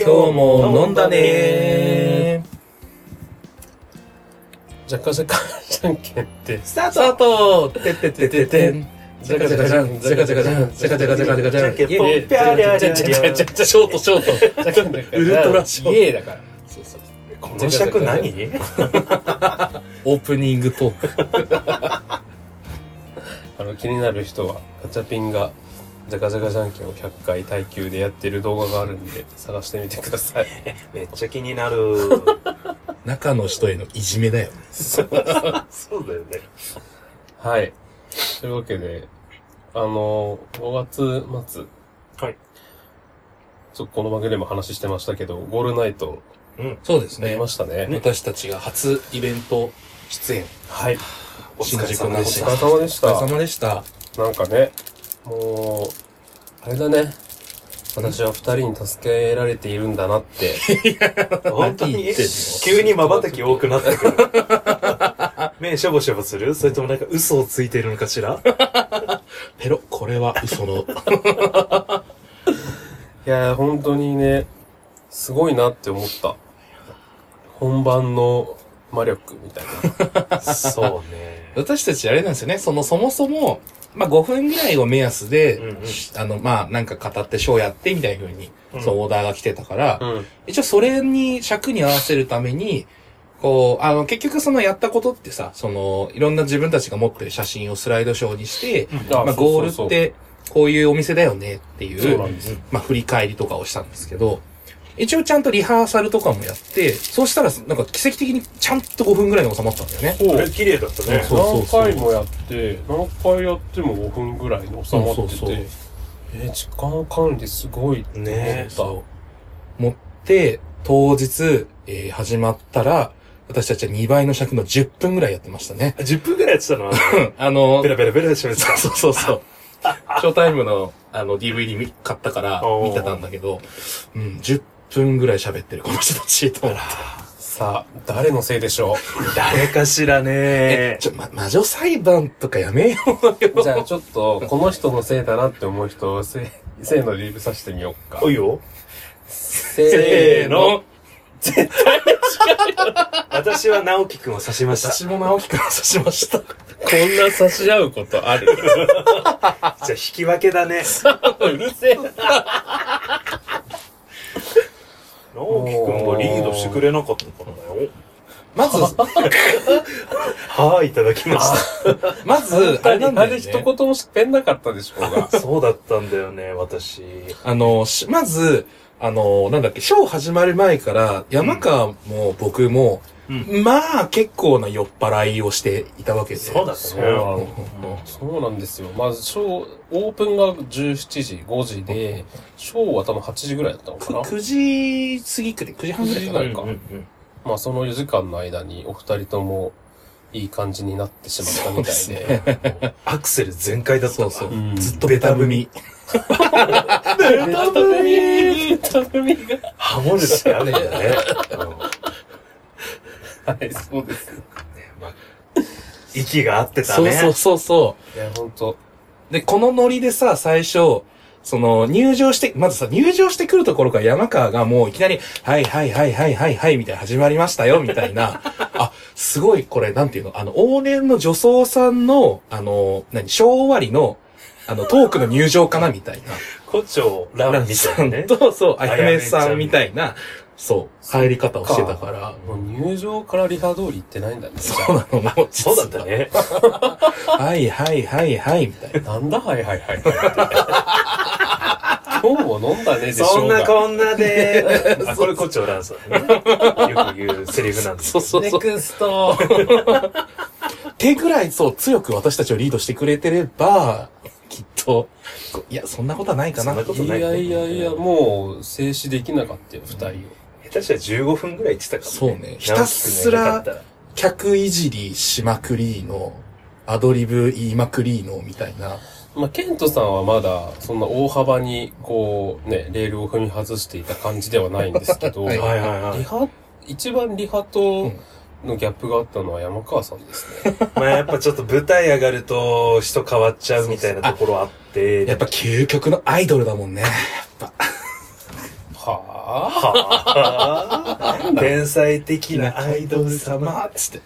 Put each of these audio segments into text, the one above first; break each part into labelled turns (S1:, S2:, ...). S1: 今日も飲んだね
S2: ジャカジャカじゃんけんって。
S1: スター
S2: スタートてってってってってん。ジャカジャカじゃん、ジャカジャカじゃん、ジャカジャカジャカジャカじゃん。
S1: ジャケポン
S2: イエーイ
S1: ピャーリャーリャーリャー
S2: ジャカジャカジャカジャカショート、ショート。ジャカジャカジャカ
S1: ウルトラショート
S2: イエーイだから。そうそう。
S1: この尺何
S2: オープニングトーク。あの、気になる人は、ガチャピンが、ジャカジャカじゃんけんを100回耐久でやってる動画があるんで、探してみてくだ さい。
S1: めっちゃ気になる。
S3: 中の人へのいじめだよ。
S1: そうだよね。
S2: はい。というわけで、あの、5月末、
S1: はい。
S2: ちょっとこの番組でも話してましたけど、ゴールナイト、
S1: うん。
S3: そうです
S2: やり
S3: ね
S2: ま。したね。
S3: 私たちが初イベント出演。
S2: はい。
S1: お疲れ様でし
S2: お
S1: た。
S2: 疲れ様でし
S3: お疲
S2: た
S3: れ。様でした。
S2: なんかね、もう、あれだね。私は二人に助けられているんだなって。
S1: 本当に
S3: 何言ってんの
S1: 急に瞬き多くなったけど。目しょぼしょぼするそれともなんか嘘をついてるのかしら
S3: ペロ、これは嘘の。
S2: いやー、本当にね、すごいなって思った。本番の魔力みたい
S1: そうね。
S3: 私たちあれなんですよね。その、そもそも、まあ、5分ぐらいを目安で、
S1: うんうん
S3: あの、まあ、なんか語って、ショーやって、みたいな風に、
S1: うん
S3: そう、オーダーが来てたから、
S2: な。 うん。
S3: 一応それに尺に合わせるために、こう、あの、結局そのやったことってさ、その、いろんな自分たちが持ってる写真をスライドショーにして、まあ、ゴールっ、て、こういうお店だよねってい
S2: そう
S3: う
S2: な、んですよ。
S3: まあ、振り返りとかをしたんですけど、一応ちゃんとリハーサルとかもやって、そうしたら、なんか奇跡的にちゃんと5分ぐらいに収まったんだよね。
S2: そう
S1: これ綺麗だったね。
S3: そうそうそう
S2: 何回もやって、何回やっても5分ぐらいに収まってて、
S3: そうそうそう
S2: えー時間管理すごいって思った。
S1: ね
S3: そう。持って、当日、えー始まったら、私たちは2倍の尺の10分ぐらいやってましたね。
S1: 10分ぐらいやってたの
S3: あの
S1: ベ、ラベラベラ喋ってた。
S3: そうそうそう。 ショータイムの、あの、DVD 見買ったから
S1: おー
S3: 見てたんだけど、うん、10分ぐらい喋ってる、この人たち、と思って。
S2: さあ、誰のせいでしょ
S1: 誰かしらね
S3: え、。ちょ、ま、魔女裁判とかやめようよ。
S2: う じゃあちょっと、この人のせいだなって思う人をせ、 せーので指さしてみようか。
S1: おいよ。
S2: せーの。
S1: 私は直樹くんを指しました。
S3: 私も直樹から刺しました。
S2: こんな差し合 うことある
S1: じゃあ引き分けだね。
S2: うるせえ。
S1: 直樹くんがリードしてくれなかったからだよ。
S3: ま ず、
S1: はーい、いただきまし
S3: まず、あれなんだよ、ね、
S2: 一言も喋んなかったでしょうが。
S1: た。そうだったんだよね、私。
S3: あの、しまず、あの、なんだっけ、ショー始まる前から、山川も僕も、
S1: う
S3: まあ結構な酔っ払いをしていたわけで。
S1: そうだったね。
S2: そうそうなんですよ。まず、ショー、オープンが17時、5時で、ショーは多分8時ぐらいだったのかな。
S3: 9時過ぎくらい、9時半ぐらいかな。
S2: うんうんまあ、その4時間の間にお二人ともいい感じになってしまったみたい
S3: そう
S2: で。
S1: アクセル全開だった
S3: そ
S1: わ
S3: うそう。
S2: うん
S3: ずっとベタ踏み。
S2: ベタ踏みベタ踏みが。
S1: ハモるってあるんだ ね。うん
S2: はい、そうです。
S1: 息が合ってた
S3: そう
S1: ね。
S3: そうそうそ
S2: いや、ほんと。
S3: う。で、このノリでさ、最初、その、入場して、まずさ、入場してくるところから山川がもういきなり、はいはいはいはいはいはい、みたいな始まりましたよ、みたい な。あ、すごいこれ、なんていうの、あの、往年の女装さんの、あの、何、昭和りの、あの、トークの入場かな、みたいな。
S1: 胡蝶蘭みたいなね。
S3: と、そう、あ
S1: あ
S3: や
S1: やめ
S3: め
S1: ちゃん
S3: さんみたいな、そう、入り方をしてたから。
S2: もう入場からリハ通り行ってないんだね。
S3: そうなの、もう、
S1: そうだったね。
S3: はいはいはいはい、みたいな。
S2: なんだはいはいはいはい。 今日も飲んだねでしょ
S1: そん
S2: うが。
S1: なこんなで、あこれ胡蝶蘭さんね。よく言うセリフなんですけど。
S3: そうそう。
S2: クスト
S3: 手ぐらいそう強く私たちをリードしてくれてれば、きっと、こいや、そんなことはないかな。
S1: そんなこと
S2: い
S1: ないね
S2: やいやいや、もう、静止できなかったよ、二人を。
S1: 下手したら15分ぐらい言ってたからね。
S3: そうねひたすら
S1: 直樹くんがいなかったら
S3: 客いじりしまくりの、アドリブ言いまくりの、みたいな。
S2: まあ、ケントさんはまだ、そんな大幅に、こう、ね、レールを踏み外していた感じではないんですけど、
S3: はい
S1: はいはいはい
S2: リハ、一番リハとのギャップがあったのは山川さんですね。
S1: まあやっぱちょっと舞台上がると人変わっちゃうみたいなところあって、
S3: やっぱ究極のアイドルだもんね。
S2: ははあ
S1: はあ、天才的なアイドル様。
S3: まあ、つって。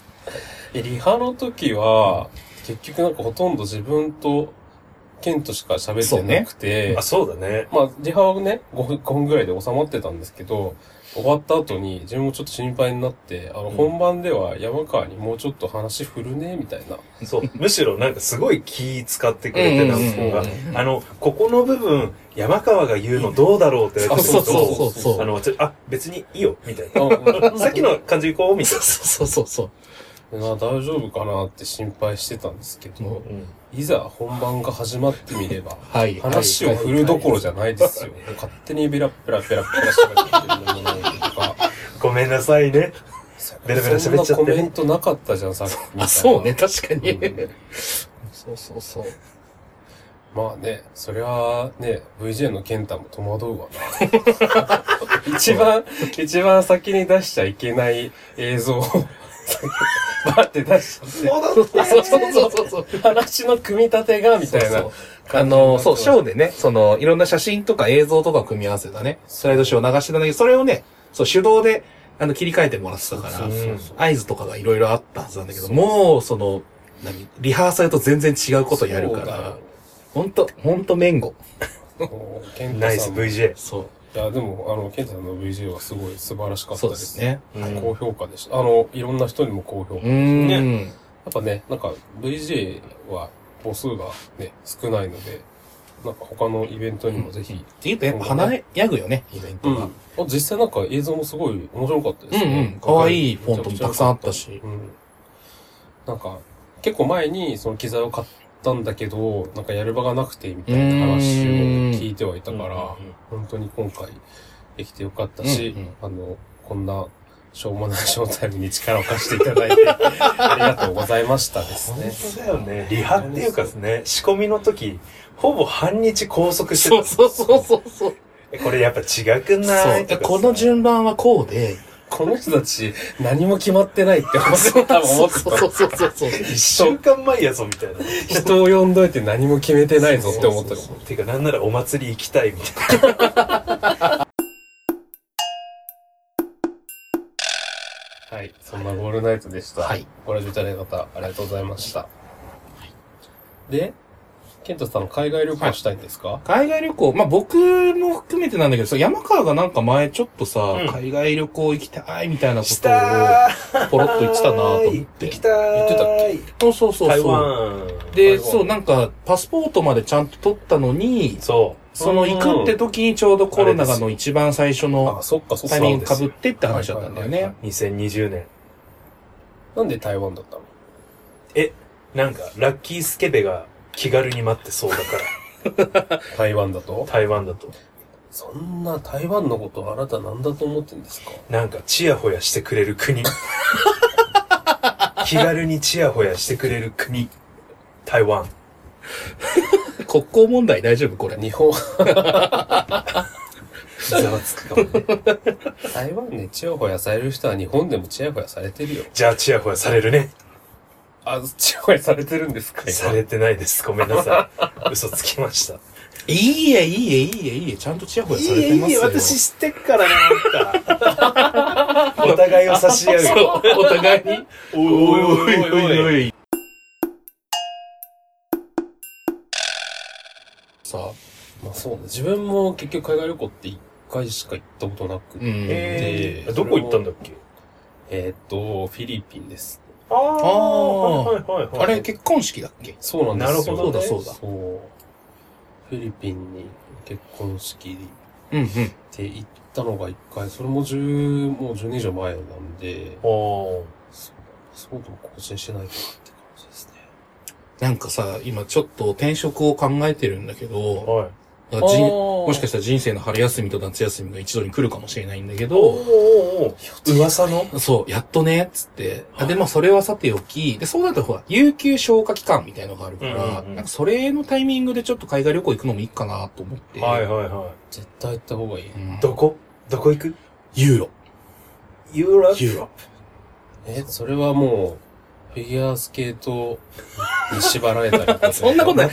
S2: えリハの時は、結局なんかほとんど自分と、ケンとしか喋ってなくて、
S1: あ、そうだね。
S2: まあ、リハはね5分、5分ぐらいで収まってたんですけど、終わった後に自分もちょっと心配になって、あの、本番では山川にもうちょっと話振るね、みたいな。
S1: そう。むしろなんかすごい気使ってくれてたんです
S2: うんうん
S3: う
S1: が、あの、ここの部分、山川が言うのどうだろうって言われて
S3: そうそうそう
S1: う
S3: そう。
S1: あの、私あ、別にいいよ、みたい
S2: あうん
S1: な。さっ きの感じ行こう、みたい
S3: そうそうそう。
S2: な大丈夫かなって心配してたんですけど、
S1: な。うん
S2: いざ本番が始まってみれば、
S3: はい。
S2: 話を振るどころじゃないですよ。勝手にベラペラペラペラ喋ってるものとか。
S1: ごめんなさいね。ベラベラ喋っちゃってね
S2: そんなコメントなかったじゃん、さっきみたいな。
S3: あ、そうね、確かに。
S2: うん
S3: そうそうそう。
S2: まあね、そりゃあね、VJ の健太も戸惑うわ な。一番、一番先に出しちゃいけない映像を、バーって出しちゃっ
S3: そうそうそうそうそう。
S2: て、話の組み立てが、みたいな
S3: そう。あの、そう、ショーでね、その、いろんな写真とか映像とかを組み合わせたね、スライドショーを流してたんだけど、それをね、そう、手動で、あの、切り替えてもらってたから、
S2: そうそうそう
S3: 合図とかがいろいろあったはずなんだけど、もう、その、何リハーサルと全然違うことやるか
S2: そうだ
S3: ら、ほんと、ほんと面後。
S2: もう健太さんも
S1: ナイス VJ。
S3: そ
S2: いや、でも、あの、健太さんの VJ はすごい素晴らし
S3: う。
S2: かった
S3: そう
S2: で。
S3: ですすね。
S1: うん
S2: 高評価でした。あの、いろんな人にも高評価。
S3: うー
S2: や
S3: ん。
S2: っぱね、なんか VJ は母数がね、少ないので、なんか他のイベントにもぜひ。
S3: っていうと、やっぱ華やぐよね、イベントが。
S2: あ実際なんか映像もすごい面白かったです
S3: うんうん可愛いフォントもたくさんあったし
S2: うんなんか、結構前にその機材を買ったんだけど、なんかやる場がなくてみたいな話を聞いてはいたから、本当に今回できてよかったし、あの、こんな、しょうもないショータイムに力を貸していただいて、 ありがとうございましたです
S1: 本
S2: ね。
S1: 当だよね。リハっていうかですね、仕込みの時、ほぼ半日拘束して
S3: そうそうそうそうそう。
S1: た。これやっぱ違くない
S3: そ
S1: と
S3: う
S1: かさ
S3: この順番はこうで、
S2: この人たち何も決まってないって思った思ってた。
S3: そうそうそうそう。
S1: 一週間前やぞみたいな。
S2: 人を呼んどいて何も決めてないぞって思ってる。
S1: てかなんならお祭り行きたいみたいな。
S2: はい。そんなゴールナイトでした。
S3: はい。
S2: ご来場いただいた方、ありがとうございました。で、ケントさん海外旅行したいんですか、
S3: 海外旅行、まあ、僕も含めてなんだけど、そう山川がなんか前ちょっとさ、
S1: うん
S3: 海外旅行行きたいみたいなこ
S1: したー
S3: とをポロッと言ってたなと思って。
S1: 行きたー
S2: 言ってたっ
S3: そうそうそうそう。
S1: 台湾。
S3: で、
S2: 台湾
S3: そう、なんか、パスポートまでちゃんと取ったのに、
S1: そう。
S3: その行くって時にちょうどコロナがの一番最初
S2: あ
S3: の
S2: そっかそっか。
S3: タイミング被ってって話だったんだよ
S2: はいはいはい
S3: ね。
S1: 2020年。
S2: なんで台湾だったの
S1: なんか、ラッキースケベが気軽に待ってそうだから、
S2: 台湾だと
S1: 台湾だと。
S2: そんな台湾のことあなた何だと思ってんですか
S1: なんか、チヤホヤしてくれる 国。気軽にチヤホヤしてくれる国。台湾。
S3: 国交問題大丈夫これ。
S2: 日本、
S1: ざわつくかもね。
S2: 台湾でチヤホヤされる人は日本でもチヤホヤされてるよ。
S1: じゃあ、チヤホヤされるね。
S2: あ、チヤホヤされてるんですか今
S1: されてないです。ごめんなさい。嘘つきました。
S3: いいえ、いいえ、いいえ、いいえ、ちゃんとチヤホヤされてますよ。
S1: 知ってっからな、なん か。お互いを差し合う
S3: そ
S1: よ。
S3: う、お互いに。
S1: お
S3: お
S1: い
S3: いおい
S1: い。
S3: おい。さあ、
S2: まあそうね。自分も結局海外旅行って一回しか行ったことなくて、
S3: うん
S1: え
S2: で
S1: ー、どこ行ったんだっけ
S2: えーっと、フィリピンです。
S1: ああ、はいはいはいはい。
S3: あれ結婚式だっけ
S2: そうなんですよ。
S1: なるほどね
S3: そうだそう
S2: そうフィリピンに結婚式で
S3: う
S2: 行
S3: んうん。
S2: って行ったのが一回、それも10、もう10年以上前なんで、
S1: おー
S2: そうそうとも更新してないかなって感じですね。
S3: なんかさ、今ちょっと転職を考えてるんだけど、
S1: はい。
S3: だから人
S2: おー
S3: もしかしたら人生の春休みと夏休みが一度に来るかもしれないんだけ
S1: お
S3: ど、
S1: ーおーおー噂の
S3: そう、やっとね、つって。あで、まあ、それはさておき、で、そうなるとほら、有給消化期間みたいのがあるから、
S1: うんうんうん
S3: なんかそれのタイミングでちょっと海外旅行行くのもいいかなと思って。
S1: はいはいは
S2: 絶対行った方がいい。
S3: うん
S1: い。どこどこ行く
S3: ユーロ。
S1: ユーロ
S3: ユーロ。
S2: え、それはもう、フィギュアスケートに縛られたりと か。
S3: そんなことない。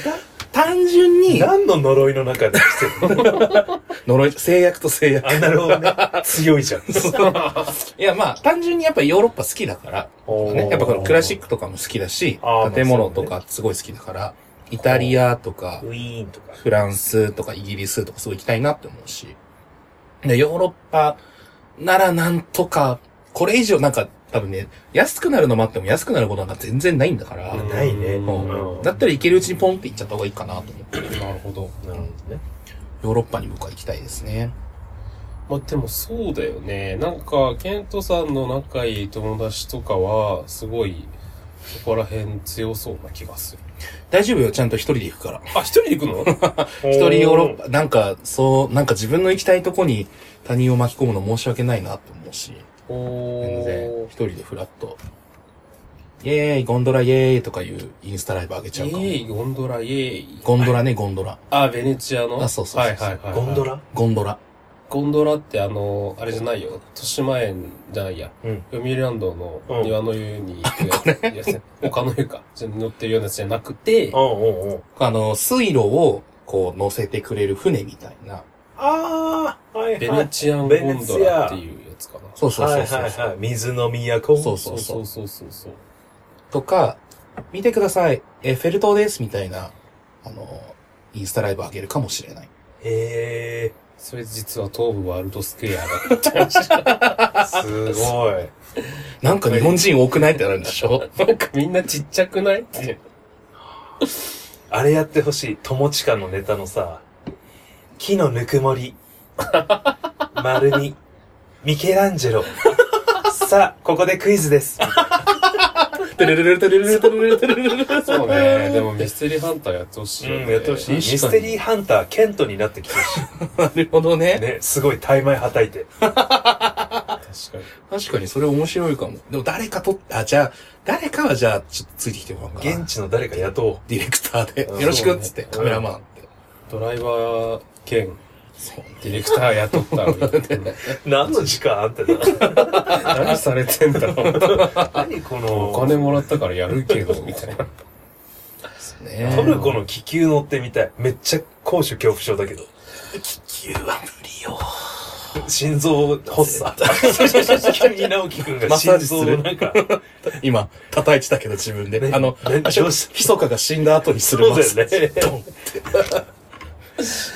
S3: 単純に、
S1: 何の呪いの中で 生きてるの
S3: 呪い、制約と制 約。
S1: あ、なるほどね。強いじゃん。
S3: いや、まあ、単純にやっぱりヨーロッパ好きだから、ね、やっぱこのクラシックとかも好きだし
S1: あー、
S3: 建物
S1: まあそ
S3: と
S1: うだ
S3: かすごい好きだから、イタリアとか
S1: ウ、ィーンとか。
S3: フランスとかイギリスとかすごい行きたいなって思うし、で、ヨーロッパならなんとか、これ以上なんか多分ね、安くなるの待っても安くなることなんか全然ないんだから、
S1: うんないね
S3: うん
S1: うん
S3: だったら行けるうちにポンって行っちゃった方がいいかなと思って、
S2: なるほど。
S1: なるほどね。
S3: ヨーロッパに僕は行きたいですね。
S2: まあでもそうだよね。なんか、ケントさんの仲いい友達とかは、すごい、そこら辺強そうな気がする。
S3: 大丈夫よ、ちゃんと一人で行くから。
S2: あ、一人で行くの
S3: 一人ヨーロッパ、なんか、そう、なんか自分の行きたいとこに他人を巻き込むの申し訳ないなと思うし、
S2: お
S3: 全然
S2: ー
S3: 一。人でフラッと、イエーイ、ゴンドライエーイとかいうインスタライブ上げちゃうかも
S2: イエ。ーイ、ゴンドラ、イエーイ。
S3: ゴンドラね、ゴンドラ。
S2: あ、ベネチアの
S3: あそうそうそう
S2: はいはいはい。
S1: ゴンドラ
S3: ゴンドラ。
S2: ゴンドラってあの、あれじゃないよ。豊島園じゃないや。
S1: うん
S2: 読売ランドの
S1: うん
S2: 庭の湯に行くやつ。他の湯か。じゃ乗ってるようなやつじゃなくて、
S1: うんうんうん。
S3: あの、水路を、こう、乗せてくれる船みたいな。
S1: ああ、はいはい。
S2: ベネチアンゴンドラっていうやつかな。
S3: そうそう
S1: は
S3: そ
S1: いう
S3: そう。
S1: はいはい。水の都。
S3: そう
S2: そうそうそうそうそう。
S3: とか、見てください。エッフェル塔です、みたいな、あの、インスタライブ上げるかもしれない。
S1: へえ、
S2: それ実は東部ワールドスクエアだった。
S1: すごい。
S3: なんか日本人多くないってなるんでしょ
S2: なんかみんなちっちゃくない って。
S1: あれやってほしい。友近のネタのさ、木のぬく もり。丸に。ミケランジェロ。 さあ、ここでクイズです。
S3: てれれれてれれれてれれれてれれれれれ
S2: そうね。でもミステリーハンターやってほしいよね、
S1: ミステリー
S2: ー
S1: ハンター、ケントになってきてほし
S3: なるほど
S1: い。
S3: ね。
S1: ね、すごい大枚はたいて。
S2: 確かに。
S3: 確かにそれ面白いかも。でも誰かとっ、あ、じゃあ、誰かはじゃあ、ちょっとついてきてもらおうかな。
S1: 現地の誰か雇おう。
S3: ディレクターで、
S1: うん
S3: よろしく
S2: そう
S3: っ
S2: ね
S3: つって、カメラマンって。
S2: ドライバー兼
S3: そう
S2: ディレクター雇ったのに
S1: 何の時間あってた
S2: 何されてんだろう。
S1: 何この、
S2: お金もらったからやるけど、みたいな。
S3: ですね。
S1: トルコの気球乗ってみたい。めっちゃ高所恐怖症だけど。
S3: 気球は無理よ。
S1: 心臓発作。急に直樹くんが
S3: マッサ
S1: 心
S3: ージす
S1: 臓
S3: る
S1: をなんか、
S3: 今、叩いてたけど自分で。
S1: ね
S3: あの、
S1: ね
S3: あ
S1: どうし
S3: ひそかが死んだ後にする
S1: そ
S3: マ
S1: うだ
S3: ッ
S1: よ
S3: サージ
S1: ね。
S3: ドン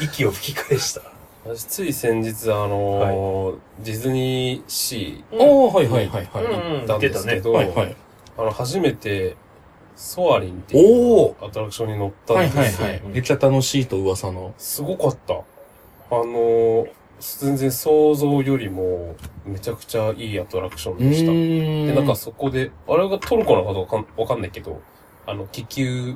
S1: 息を吹き返した。
S2: 私つい先日、あのーディズニーシー
S3: おー、はいはいはいは
S1: う
S3: い。
S1: ん
S2: 行ったんですけど、
S3: はいはい。
S2: あの、初めて、ソアリンってい
S3: お
S2: う
S3: ー。
S2: アトラクションに乗ったん
S3: はい
S2: ですよ。
S3: はいはい。めっちゃ楽しいと噂の。
S2: すごかった。あのー全然想像よりも、めちゃくちゃいいアトラクションでした。
S3: ー
S2: で、なんかそこで、あれがトルコなのかどうかわかんわかんないけど、あの、気球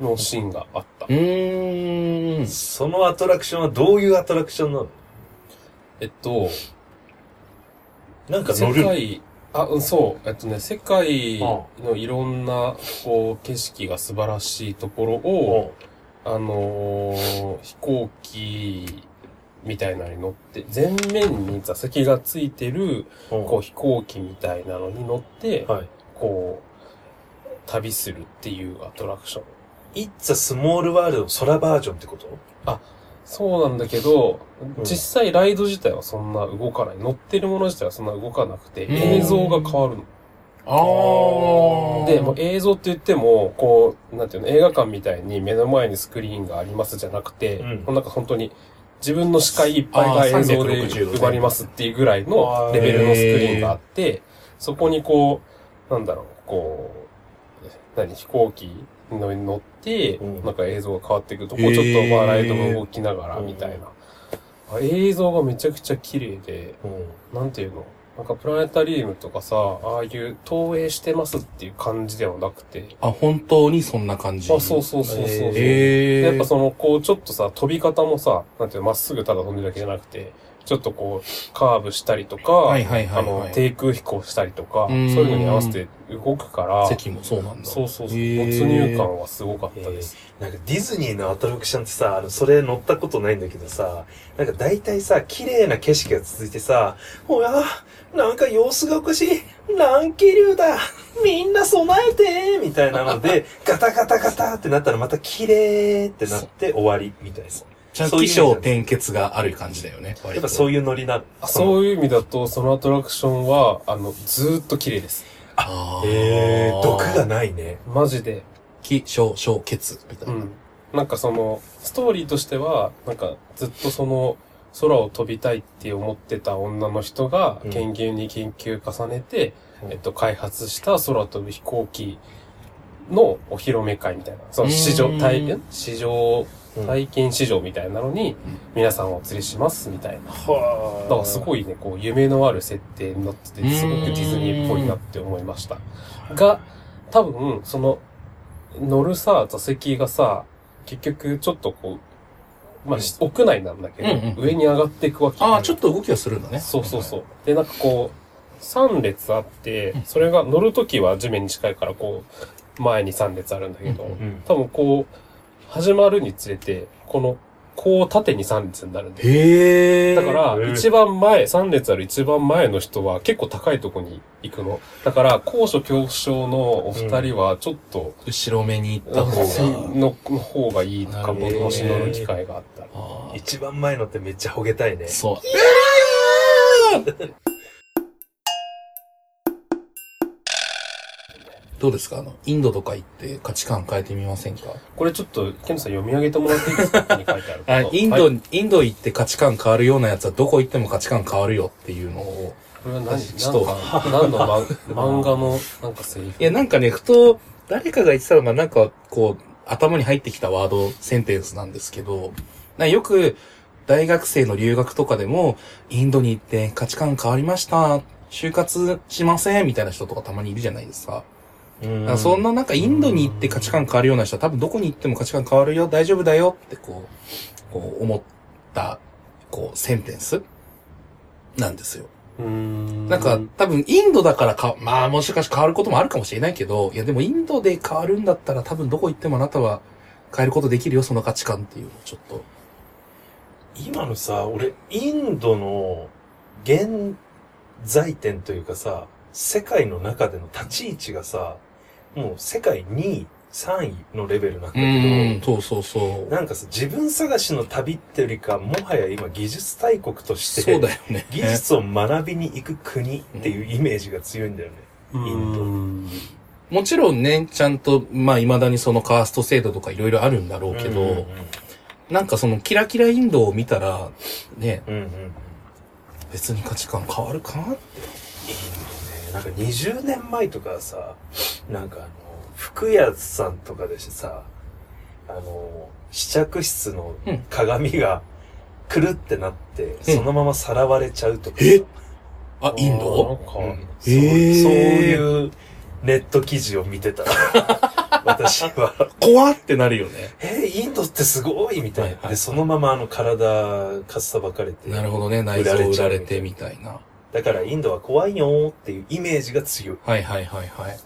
S2: のシーンがあった
S3: う。ーん。
S1: そのアトラクションはどういうアトラクションなの
S2: えっと、
S1: なんか乗
S2: 世
S1: る。
S2: 界、あ、うんそう、えっとね、世界
S1: あ
S2: のいろんな、こう、景色が素晴らしいところを、
S1: お
S2: あのー飛行機みたいなのに乗って、前面に座席がついてる、こう、飛行機みたいなのに乗って、
S1: はい。
S2: こう、旅するっていうアトラクション。
S1: It's a small world の空バージョンってこと
S2: そうなんだけど、
S1: うん
S2: 実際ライド自体はそんな動かない。乗ってるもの自体はそんな動かなくて、
S3: うん
S2: 映像が変わるの。
S3: あー。
S2: で、もう映像って言っても、こう、なんていうの、映画館みたいに目の前にスクリーンがありますじゃなくて、
S1: う
S2: なんか本当に自分の視界いっぱいが
S3: あー
S2: 映像で
S3: 360度ね
S2: 埋まりますっていうぐらいのレベルのスクリーンがあって、そこにこう、なんだろう、こう、何、飛行機のに乗って、
S1: うん
S2: なんか映像が変わっていくと、こ
S3: へ
S2: う
S3: ー
S2: ちょっとまあライトが動きながら
S1: うん
S2: みたいな。あ映像がめちゃくちゃ綺麗で、
S1: うん。
S2: なんていうのなんかプラネタリウムとかさ、ああいう投影してますっていう感じではなくて。
S3: あ、本当にそんな感
S2: あ、
S3: じ。
S2: そうそうそうそうそう。
S1: へ
S3: えー。
S2: やっぱその、こう、ちょっとさ、飛び方もさ、なんていうの、まっすぐただ飛んでるだけじゃなくて、ちょっとこう、カーブしたりとか、
S3: はいはいは
S2: あ
S3: いはい
S2: の、低空飛行したりとか、
S3: ん
S2: そういうのに合わせて動くから、
S3: 席もそうなんだ。
S2: そうそうそう、
S3: へー
S2: 没入感はすごかったです。
S1: なんかディズニーのアトラクションってさ、あの、それ乗ったことないんだけどさ、なんか大体さ、綺麗な景色が続いてさ、ほら、なんか様子がおかしい、乱気流だ、みんな備えてみたいなので、ガタガタガタってなったらまた綺麗ってなって終わり、みたいな。
S3: ちゃん
S1: そ
S3: と
S1: ういう
S3: 気
S1: イメージなん
S3: 象
S1: です
S3: 転結がある感じだよね。や
S1: やっぱそう
S3: いう。
S1: いうノリなの。
S2: あそういう意味だと、そのアトラクションは、あの、ずーっと綺麗です。
S3: あー
S1: えー、毒がないね。
S2: マジで。
S3: 気象小結みたいうな。
S2: ん。なんかその、ストーリーとしては、なんかずっとその、空を飛びたいって思ってた女の人が
S1: うん、
S2: 研究に研究重ねて、
S1: うん
S2: えっと、開発した空飛ぶ飛行機のお披露目会みたいな、その試
S3: うー
S2: 乗、
S3: ん
S2: 体験試乗、
S1: うん
S2: 体験試乗みたいなのに、皆さんをお連れしますみたいな。
S1: は
S2: だからすごいね、こう、夢のある設定になってて、すごく
S3: うー
S2: デ
S3: ん
S2: ィズニーっぽいなって思いました。が、多分、その、乗るさ、座席がさ、結局、ちょっとこう、まあ、し屋内なんだけど、
S3: うんうんうん
S2: 上に上がっていくわけ。
S3: ああ、ちょっと動きはするんだね。
S2: そうそうそう。で、なんかこう、3列あって、それが乗るときは地面に近いから、こう、前に3列あるんだけど、
S3: うんうん
S1: うん。
S2: 多分こう、始まるにつれて、この、こう縦に3列になるんだよ
S3: へえ。
S2: だか、
S1: へ
S2: ら、
S1: ー
S2: 一番前、3列ある一番前の人は結構高いとこに行くの。だから、高所恐怖症のお二人はちょっと、
S3: 後ろ目に行った
S2: あ
S3: 方が。
S2: のの方がいいかも、
S3: なるほど
S2: もし乗る機会があったら。
S3: あー
S1: 一番前のってめっちゃほげたいね。
S3: そう。 どうですかあの、インドとか行って価値観変えてみませんか
S2: これちょっと、ケントさん読み上げてもらっていいですかここに書いてある
S3: あ
S2: こと
S3: イン
S2: は
S3: ド、
S2: い
S3: インド行って価値観変わるようなやつはどこ行っても価値観変わるよっていうのを。
S2: これは何、
S3: ちょっと
S2: なんか、何の漫漫画の、なんかセ リフ。
S3: いや、なんかね、ふと、誰かが言ってたのがなんか、こう、頭に入ってきたワード、センテンスなんですけど、なよく、大学生の留学とかでも、インドに行って価値観変わりました、就活しません、みたいな人とかたまにいるじゃないですか。だからそんななんかインドに行って価値観変わるような人は多分どこに行っても価値観変わるよ、大丈夫だよってこう、こう思った、こう、センテンスなんですよ。
S2: うーん
S3: なんか多分インドだからか、まあもしかして変わることもあるかもしれないけど、いやでもインドで変わるんだったら多分どこ行ってもあなたは変えることできるよ、その価値観っていうのをちょっと。
S1: 今のさ、俺、インドの現在点というかさ、世界の中での立ち位置がさ、もう世界2位、3位のレベルなんだけ
S3: そうそうそ
S1: ど、
S3: う。
S1: なんかさ、自分探しの旅ってよりか、もはや今技術大国とし
S3: そうだ
S1: て、
S3: よね。
S1: 技術を学びに行く国っていうイメージが強いんだよね。
S2: うーん、
S1: イン
S3: もちろんね、ちゃんと、まあ未だにそのカースト制度とかいろいろあるんだろうけど、
S1: うん
S3: なんかそのキラキラインドを見たら、ね、
S1: うんうん。うんうんうん
S3: 別に価値観変わるかな
S1: なんか20年前とかさ、なんかあの、服屋さんとかでさ、あの、試着室の
S3: うん
S1: 鏡がくるってなって、そのままさらわれちゃうとかさ、
S3: えあ、イン
S2: な
S3: ド
S2: んか
S1: うん
S3: へー
S1: そうそういうネット記事を見て た。私は、
S3: 怖ってなるよね。
S1: えインドってすごいみたいな、
S3: はいはい
S1: で、そのままあの体かっさばかれて。
S3: なるほどね、内臓売られてみたいな。
S1: だからインドは怖いよーっていうイメージが強い。
S3: はいはいはいはい。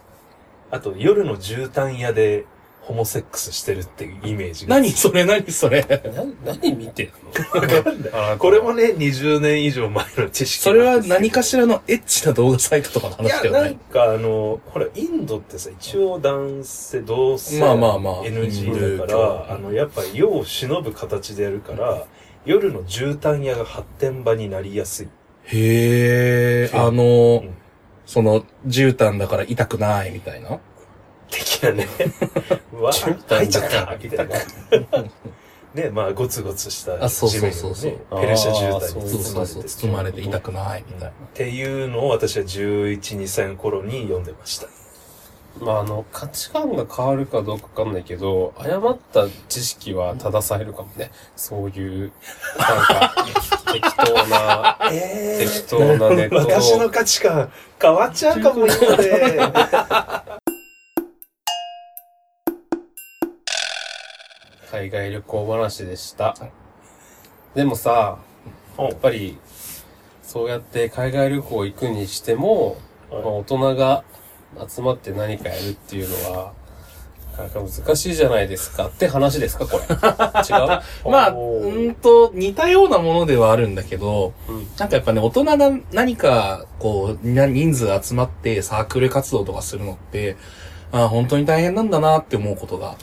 S1: あと、夜の絨毯屋で、ホモセックスしてるっていうイメージが。
S3: 何それ何それ
S2: な何見てんの
S1: これもね、20年以上前の知 識
S3: それ
S1: なん
S3: は
S1: ですけど。
S3: 何かしらのエッチな動画サイトとかの
S1: い
S3: 話だ
S1: や、な
S3: よ
S1: ん
S3: ね。
S1: かあの、ほら、インドってさ、一応男性、同性、
S3: まあまあまあ
S1: NG だか
S3: ヒンドゥー教
S1: ら、あの、やっぱ世を忍ぶ形でやるから、夜の絨毯屋が発展場になりやすい。
S3: へえ、あ
S1: う
S3: の
S1: ん、
S3: その、絨毯だから痛くないみたいな。
S1: 的 なね。うわ、
S2: 絨毯
S1: 入っちゃったみたいな。ね、まあ、ゴツゴツした
S3: あそう
S1: 地
S3: そう
S1: 面
S3: そ
S1: を
S3: うそう
S1: ね、ペルシャ絨
S2: あー
S1: 毯
S3: そう
S1: に包
S3: そう
S1: まれて
S3: そう、
S1: て
S3: 包まれて痛くないみたいな。
S1: っていうのを私は11、2歳の頃に読んでました。
S2: まあ、あの、価値観が変わるかどうかわかんないけど、誤った知識は正されるかもね。そういう、なんか、 適当な、
S1: え
S2: 適当なネ ット
S1: 私の
S2: の。
S1: 価値観変わっちゃうかも今 で。
S2: 海外旅行話でした。でもさ、
S1: お
S2: やっぱり、そうやって海外旅行行くにしても、まあ、
S1: はい
S2: 大人が集まって何かやるっていうのは、なかなか難しいじゃないですかって話ですか、これ。違 う
S3: まあ、う
S1: おー
S3: ーんと、似たようなものではあるんだけど、
S2: うん
S3: なんかやっぱね、大人が何か、こう、な人数集まってサークル活動とかするのって、あー本当に大変なんだなって思うことが、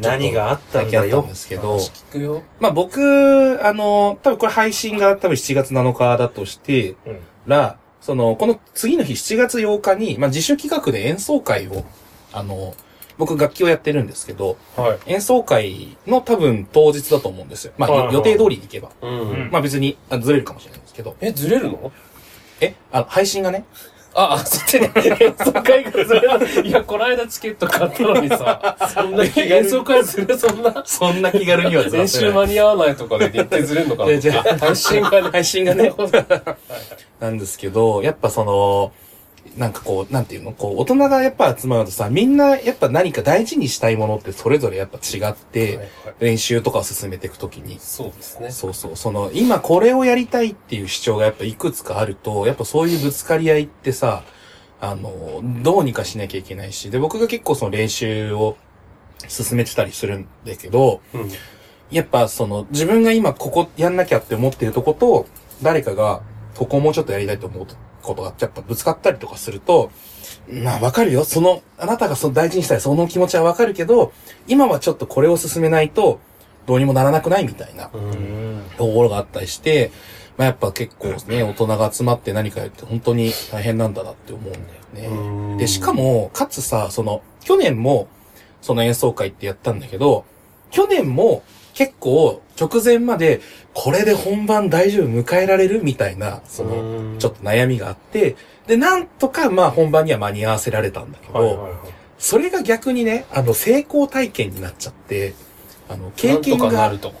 S1: 何があった
S3: 最
S1: ん
S3: 近あ
S1: だ
S3: ったん
S1: よ
S3: で。すけど、
S2: 話聞くよ。
S3: まあ僕、あの、多分これ配信が多分7月7日だとして
S1: うん。
S3: ら、その、この次の日7月8日に、まあ自主企画で演奏会を、あの、僕楽器をやってるんですけど、
S2: はい。
S3: 演奏会の多分当日だと思うんですよ。まあ、
S1: はいはい
S3: 予定通りに行けば。
S2: う
S1: うん
S2: ん。
S3: まあ別にあずれるかもしれないんですけど。
S2: え、ずれるの
S3: えあ、配信がね。
S2: あ、あ、 そっね。演奏会がずれる。いや、この間チケット買ったのにさ、そんな
S1: 気軽に
S2: 演奏会ずれ、そんな。
S3: そんな気軽には
S2: 練習間に合わないとかで日程ずれるのか
S3: いや
S2: な
S3: じゃあ
S2: 配信がね。
S3: 配信がね。 なんですけど、やっぱその、なんかこう、なんていうのこう、大人がやっぱ集まるとさ、みんなやっぱ何か大事にしたいものってそれぞれやっぱ違って、
S2: はいはい
S3: 練習とかを進めていくときに、
S2: そうですね。
S3: そうそう、その、今これをやりたいっていう主張がやっぱいくつかあると、やっぱそういうぶつかり合いってさ、あの、どうにかしなきゃいけないし、で、僕が結構その練習を進めてたりするんだけど、
S2: うん。
S3: やっぱその、自分が今ここやんなきゃって思ってるとこと、誰かが、ここをもうちょっとやりたいと思うことが、やっぱぶつかったりとかすると、まあわかるよ。その、あなたがその大事にしたいその気持ちはわかるけど、今はちょっとこれを進めないと、どうにもならなくないみたいな。
S2: うん。
S3: ところがあったりして、まあ、やっぱ結構ね、大人が集まって何かやるって本当に大変なんだなって思うんだよね。
S2: うん
S3: で、しか、も、かつさ、その、去年も、その演奏会ってやったんだけど、去年も結構直前まで、これで本番大丈夫迎えられるみたいな、その、
S2: の
S3: ちょっと悩みがあって、で、なんとかまあ本番には間に合わせられたんだけど、
S1: はいはいはい。
S3: それが逆にね、あの、成功体験になっちゃって、あの、経
S2: なんと
S3: 験
S2: か
S3: が
S2: なると。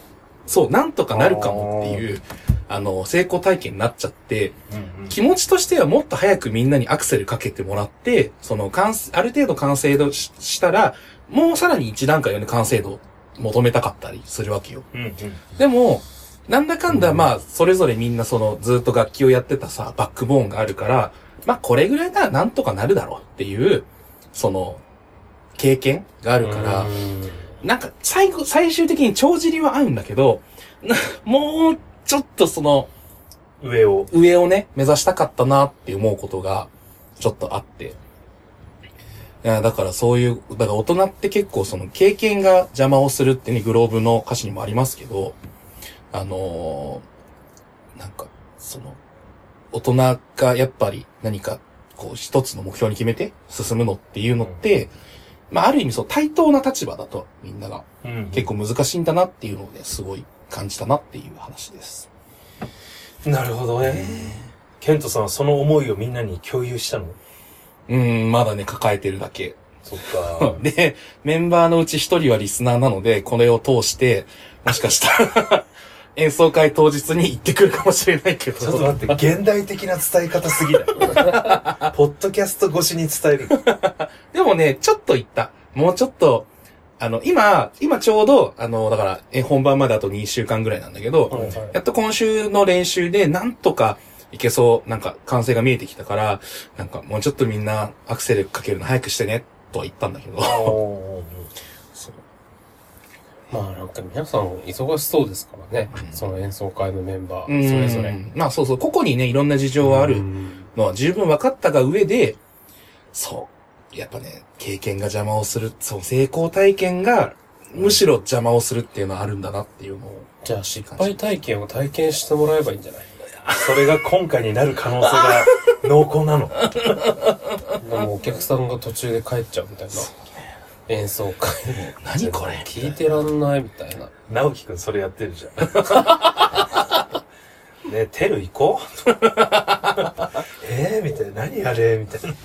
S3: そう、なんとかなるかもっていう、あの、成功体験になっちゃって、
S1: うんうん
S3: 気持ちとしてはもっと早くみんなにアクセルかけてもらって、その、完成ある程度完成度ししたら、もうさらに一段階よね、完成度を求めたかったりするわけよ。
S1: うんうん。
S3: でも、なんだかんだ、
S2: うん
S3: まあ、それぞれみんなその、ずっと楽器をやってたさ、バックボーンがあるから、まあ、これぐらいならなんとかなるだろうっていう、その、経験があるから、
S2: うん
S3: なんか、最後、最終的に帳尻は合うんだけど、 なもう、ちょっとその、
S1: 上を。
S3: 上をね、目指したかったなって思うことが、ちょっとあって。いや、だからそういう、だから大人って結構その経験が邪魔をするってね、グローブの歌詞にもありますけど、あのーなんか、その、大人がやっぱり何か、こう一つの目標に決めて進むのっていうのって、まあある意味そう対等な立場だと、みんなが。
S1: うん
S3: 結構難しいんだなっていうのをね、すごい感じたなっていう話です。
S1: なるほどね。ケントさんはその思いをみんなに共有したの
S3: うん、まだね、抱えてるだけ。。
S1: そっ か
S3: で、メンバーのうち一人はリスナーなので、これを通して、もしかしたら、 演奏会当日に行ってくるかもしれないけど。
S1: ちょっと待って、現代的な伝え方す ぎだ。ポッドキャスト越しに伝える。
S3: でもね、ちょっと行った。もうちょっと、あの、今、今ちょうど、あの、だから、え本番まであと2週間ぐらいなんだけど、
S2: はいはい
S3: やっと今週の練習で、なんとかいけそう、なんか完成が見えてきたから、なんかもうちょっとみんなアクセルかけるの早くしてね、とは言ったんだけど。そう
S2: まあなんか皆さん忙しそうですからね。その演奏会のメンバ
S3: う
S2: ー、
S3: ん
S2: それぞれ。
S3: まあそうそう、個々にね、いろんな事情はあ
S2: う
S3: る
S2: ん
S3: のは十分分かったが上で、そう。やっぱね、経験が邪魔をする、その成功体験が、むしろ邪魔をするっていうのはあるんだなっていうのを。
S2: じゃあ失敗体験を体験してもらえばいいんじゃない
S1: それが今回になる可能性が濃厚なの。
S2: でもお客さんが途中で帰っちゃうみたいな。演奏会。
S3: 何これ
S2: 聞いてらんないみたいな。
S1: 直樹くんそれやってるじゃん。ねえ、テル行こうえーみたいな。何あれみたいな。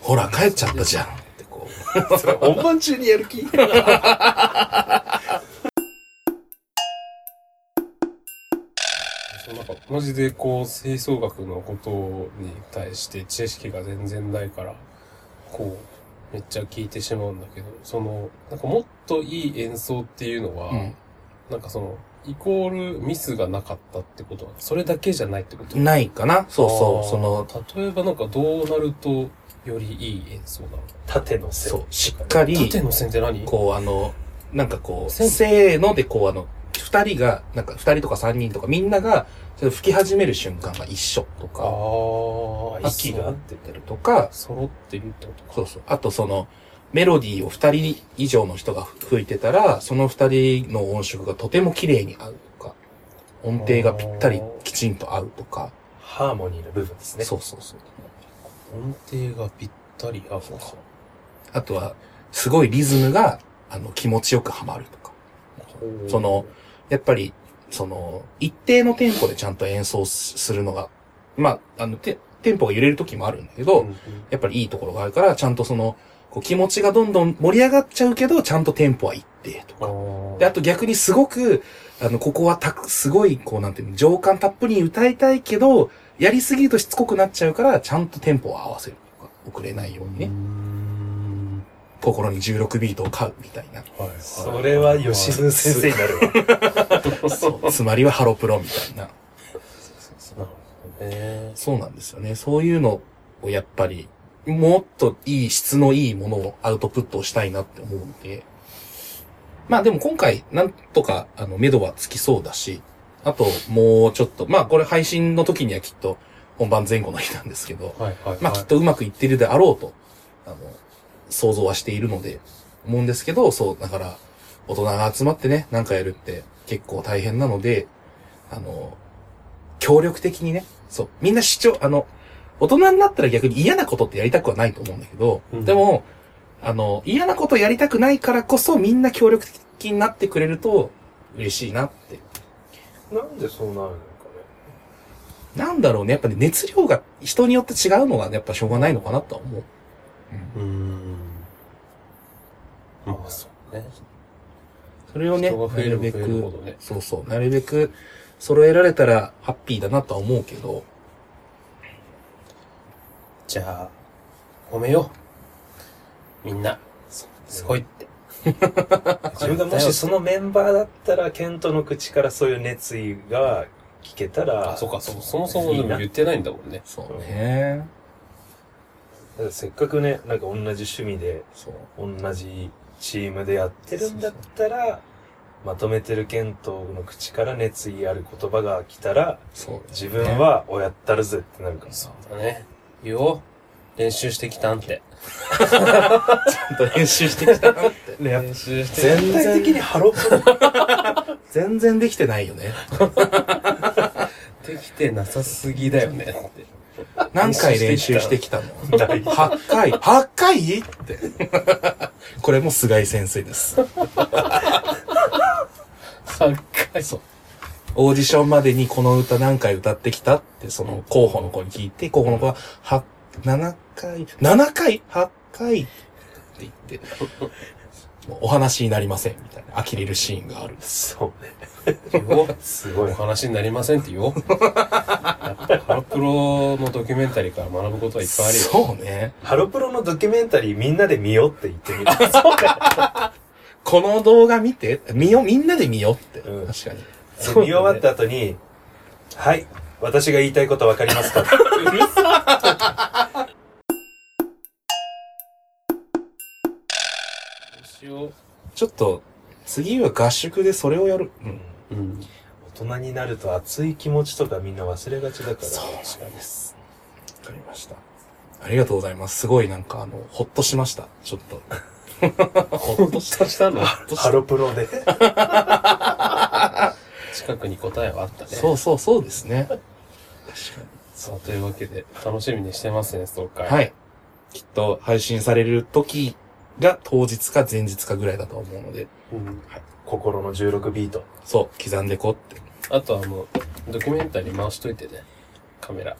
S3: ほら、帰っちゃったじゃん。ってこう。
S1: それ本番中にやる気
S2: そうなんかマジでこう吹奏楽のことに対して知識が全然ないからこうめっちゃ聞いて しまうんだけどそのなんかもっといい演奏っていうのは、
S3: うん。
S2: なんかそのイコールミスがなかったってことは、それだけじゃないってこと
S3: ないかなそうそう、その、
S2: の、例えばなんかどうなると、よりいい演奏なの
S1: 縦の線。
S3: そう、しっかり、
S2: 縦の線って何
S3: こうあの、なんかこう、
S2: せん
S3: せーのでこうあの、二人が、なんか二人とか三人とかみんなが、それ吹き始める瞬間が一緒と
S2: あ
S3: か、
S2: ー、
S1: 息が合って
S3: 出てるとか、
S2: 揃ってるってことか。
S3: そうそう。あとその、メロディーを二人以上の人が吹いてたら、その二人の音色がとても綺麗に合うとか、音程がぴったりきちんと合うとか、
S1: ハーモニーの部分ですね。
S3: そうそうそう。
S2: 音程がぴったり合うか。
S3: あとは、すごいリズムが、あの、気持ちよくハマるとか。その、やっぱり、その、一定のテンポでちゃんと演奏すするのが、まあ、あの、テテンポが揺れる時もあるんだけど、
S2: うんうん、
S3: やっぱりいいところがあるから、ちゃんとその、こう気持ちがどんどん盛り上がっちゃうけど、ちゃんとテンポは一定と
S2: あ
S3: か。
S2: ー
S3: で、あと逆にすごく、あの、ここはたく、すごい、こうなんていうの、情感たっぷりに歌いたいけど、やりすぎるとしつこくなっちゃうから、ちゃんとテンポを合わせるとか、遅れないように
S2: うー
S3: ね、
S2: ん
S3: 心に16ビートを買うみたいな。
S2: はいはい
S1: それは吉純先生になるわ。
S3: そう。つまりはハロプロみたいな。
S2: なるほどね。
S3: そうなんですよね。そういうのをやっぱり、もっといい質のいいものをアウトプットをしたいなって思うので。まあでも今回、なんとか、あの、目処はつきそうだし、あと、もうちょっと、まあこれ配信の時にはきっと、本番前後の日なんですけど、
S2: はいはいはい。
S3: まあきっとうまくいってるであろうと、あの、想像はしているので、思うんですけど、そう、だから、大人が集まってね、なんかやるって結構大変なので、あの、協力的にね、そう、みんな主張、あの、大人になったら逆に嫌なことってやりたくはないと思うんだけど、
S2: うん
S3: でも、あの、嫌なことやりたくないからこそみんな協力的になってくれると嬉しいなって。
S1: なんでそうなるのかね。
S3: なんだろうね、やっぱね、熱量が人によって違うのが、やっぱしょうがないのかなとは思う。
S2: うーん。まあそうね。
S3: それをね、
S2: 人が増
S3: な
S2: えれ
S3: る
S2: ば
S3: べ
S2: 増えるほ
S3: く
S2: どね、
S3: そうそう、なるべく揃えられたらハッピーだなとは思うけど、
S2: じゃあ、褒めよう。みんな。すごい って。
S1: 自分がもしそのメンバーだったら、ケントの口からそういう熱意が聞けたら、
S2: あ、そうか、そそもそも
S1: いい
S2: で
S1: な
S2: も言ってないんだもんね。
S3: そうね。
S1: だからせっかくね、なんか同じ趣味で、
S3: そう。
S1: 同じチームでやってるんだったら、まとめてるケントの口から熱意ある言葉が来たら、
S3: そう、
S1: 自分、は、おやったるぜってなるからさ。
S2: そうだね。言おう。練習してきたんって。
S3: ちゃんと練習してきたなって。
S2: 練習して
S1: 全体的にハロプロ。
S3: 全然できてないよね。
S2: できてなさすぎだよねって。
S3: 何回練習してきたの
S1: 大
S3: ?8 回 !8 回って。 これも菅井先生です。
S2: 3回。
S3: そう。オーディションまでにこの歌何回歌ってきたって、その候補の子に聞いて、候補の子は、は、7回、7回 ?8 回って言って、もうお話になりません、みたいな。呆れるシーンがある。
S1: そうね。
S2: 言おう。
S1: すごい
S2: お。話になりませんって言おう。やっぱハロプロのドキュメンタリーから学ぶことはいっぱいあるよ。
S3: そうね。
S1: ハロプロのドキュメンタリーみんなで見ようって言って みる。
S3: この動画見て、見よ、みんなで見よって。
S1: うん
S3: 確かに。
S1: で見終わった後に、はい、私が言いたいことわかりますか
S2: どうしよ
S3: ちょっと、次は合宿でそれをやる。うん。
S2: う。うん。
S1: 大人になると熱い気持ちとかみんな忘れがちだから。
S3: そうなんです。わかりました。ありがとうございます。すごいなんかあの、ほっとしました。ちょっと。 ほっとした。
S2: そうしたの
S1: ハロプロで。
S2: 近くに答えはあったね。
S3: そうそうそうですね。
S2: そう。というわけで、楽しみにしてますね、総会。
S3: はい。きっと配信される時が当日か前日かぐらいだと思うので、
S2: うん
S1: 心の16ビート。
S3: そう、刻んでこうって。
S2: あとはもう、ドキュメンタリー回しといてね。カメラ。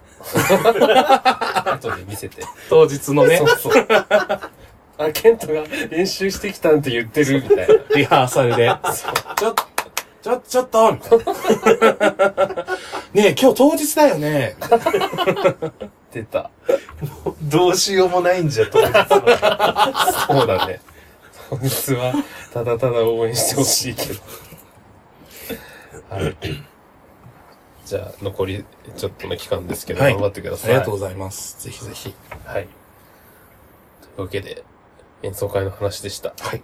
S2: 後で見せて。
S3: 当日のね
S2: そ、うそう。あ、ケントが練習してきたんって言ってるみたいな。
S3: リハーサルで。ちょ、ちょ、ちょっとみたいな ねえ、今日当日だよね。
S2: 出た。
S1: どうしようもないんじゃ、当日は。
S2: そうだね。本日は、ただただ応援してほしいけど。はい。じゃあ、残りちょっとの期間ですけど、
S3: はい
S2: 頑張ってくだ
S3: あ
S2: さい。
S3: りがとうございます。ぜひぜひ。
S2: はい。というわけで、演奏会の話でした。
S3: はい。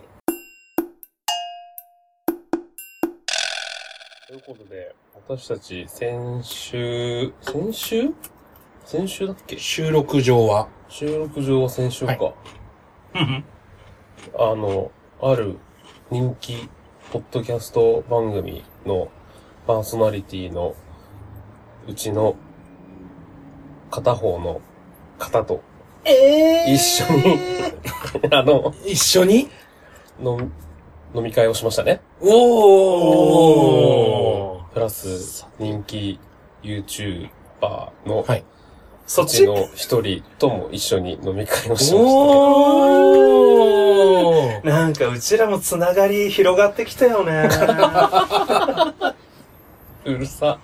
S2: ということで、私たち、先週、先週先週だっけ
S3: 収録上は。
S2: 収録上は先週か。あの、ある人気、ポッドキャスト番組のパーソナリティのうちの片方の方と
S3: え
S2: 一緒に、あの、
S3: 一緒に
S2: の飲み会をしましたね。
S3: おー
S2: プラス人気 YouTuber の
S3: はい。
S1: そうっ
S2: ち
S1: ち
S2: の一人とも一緒に飲み会をしましたね。
S3: おー
S1: なんかうちらもつながり広がってきたよ ね。
S2: うるさ。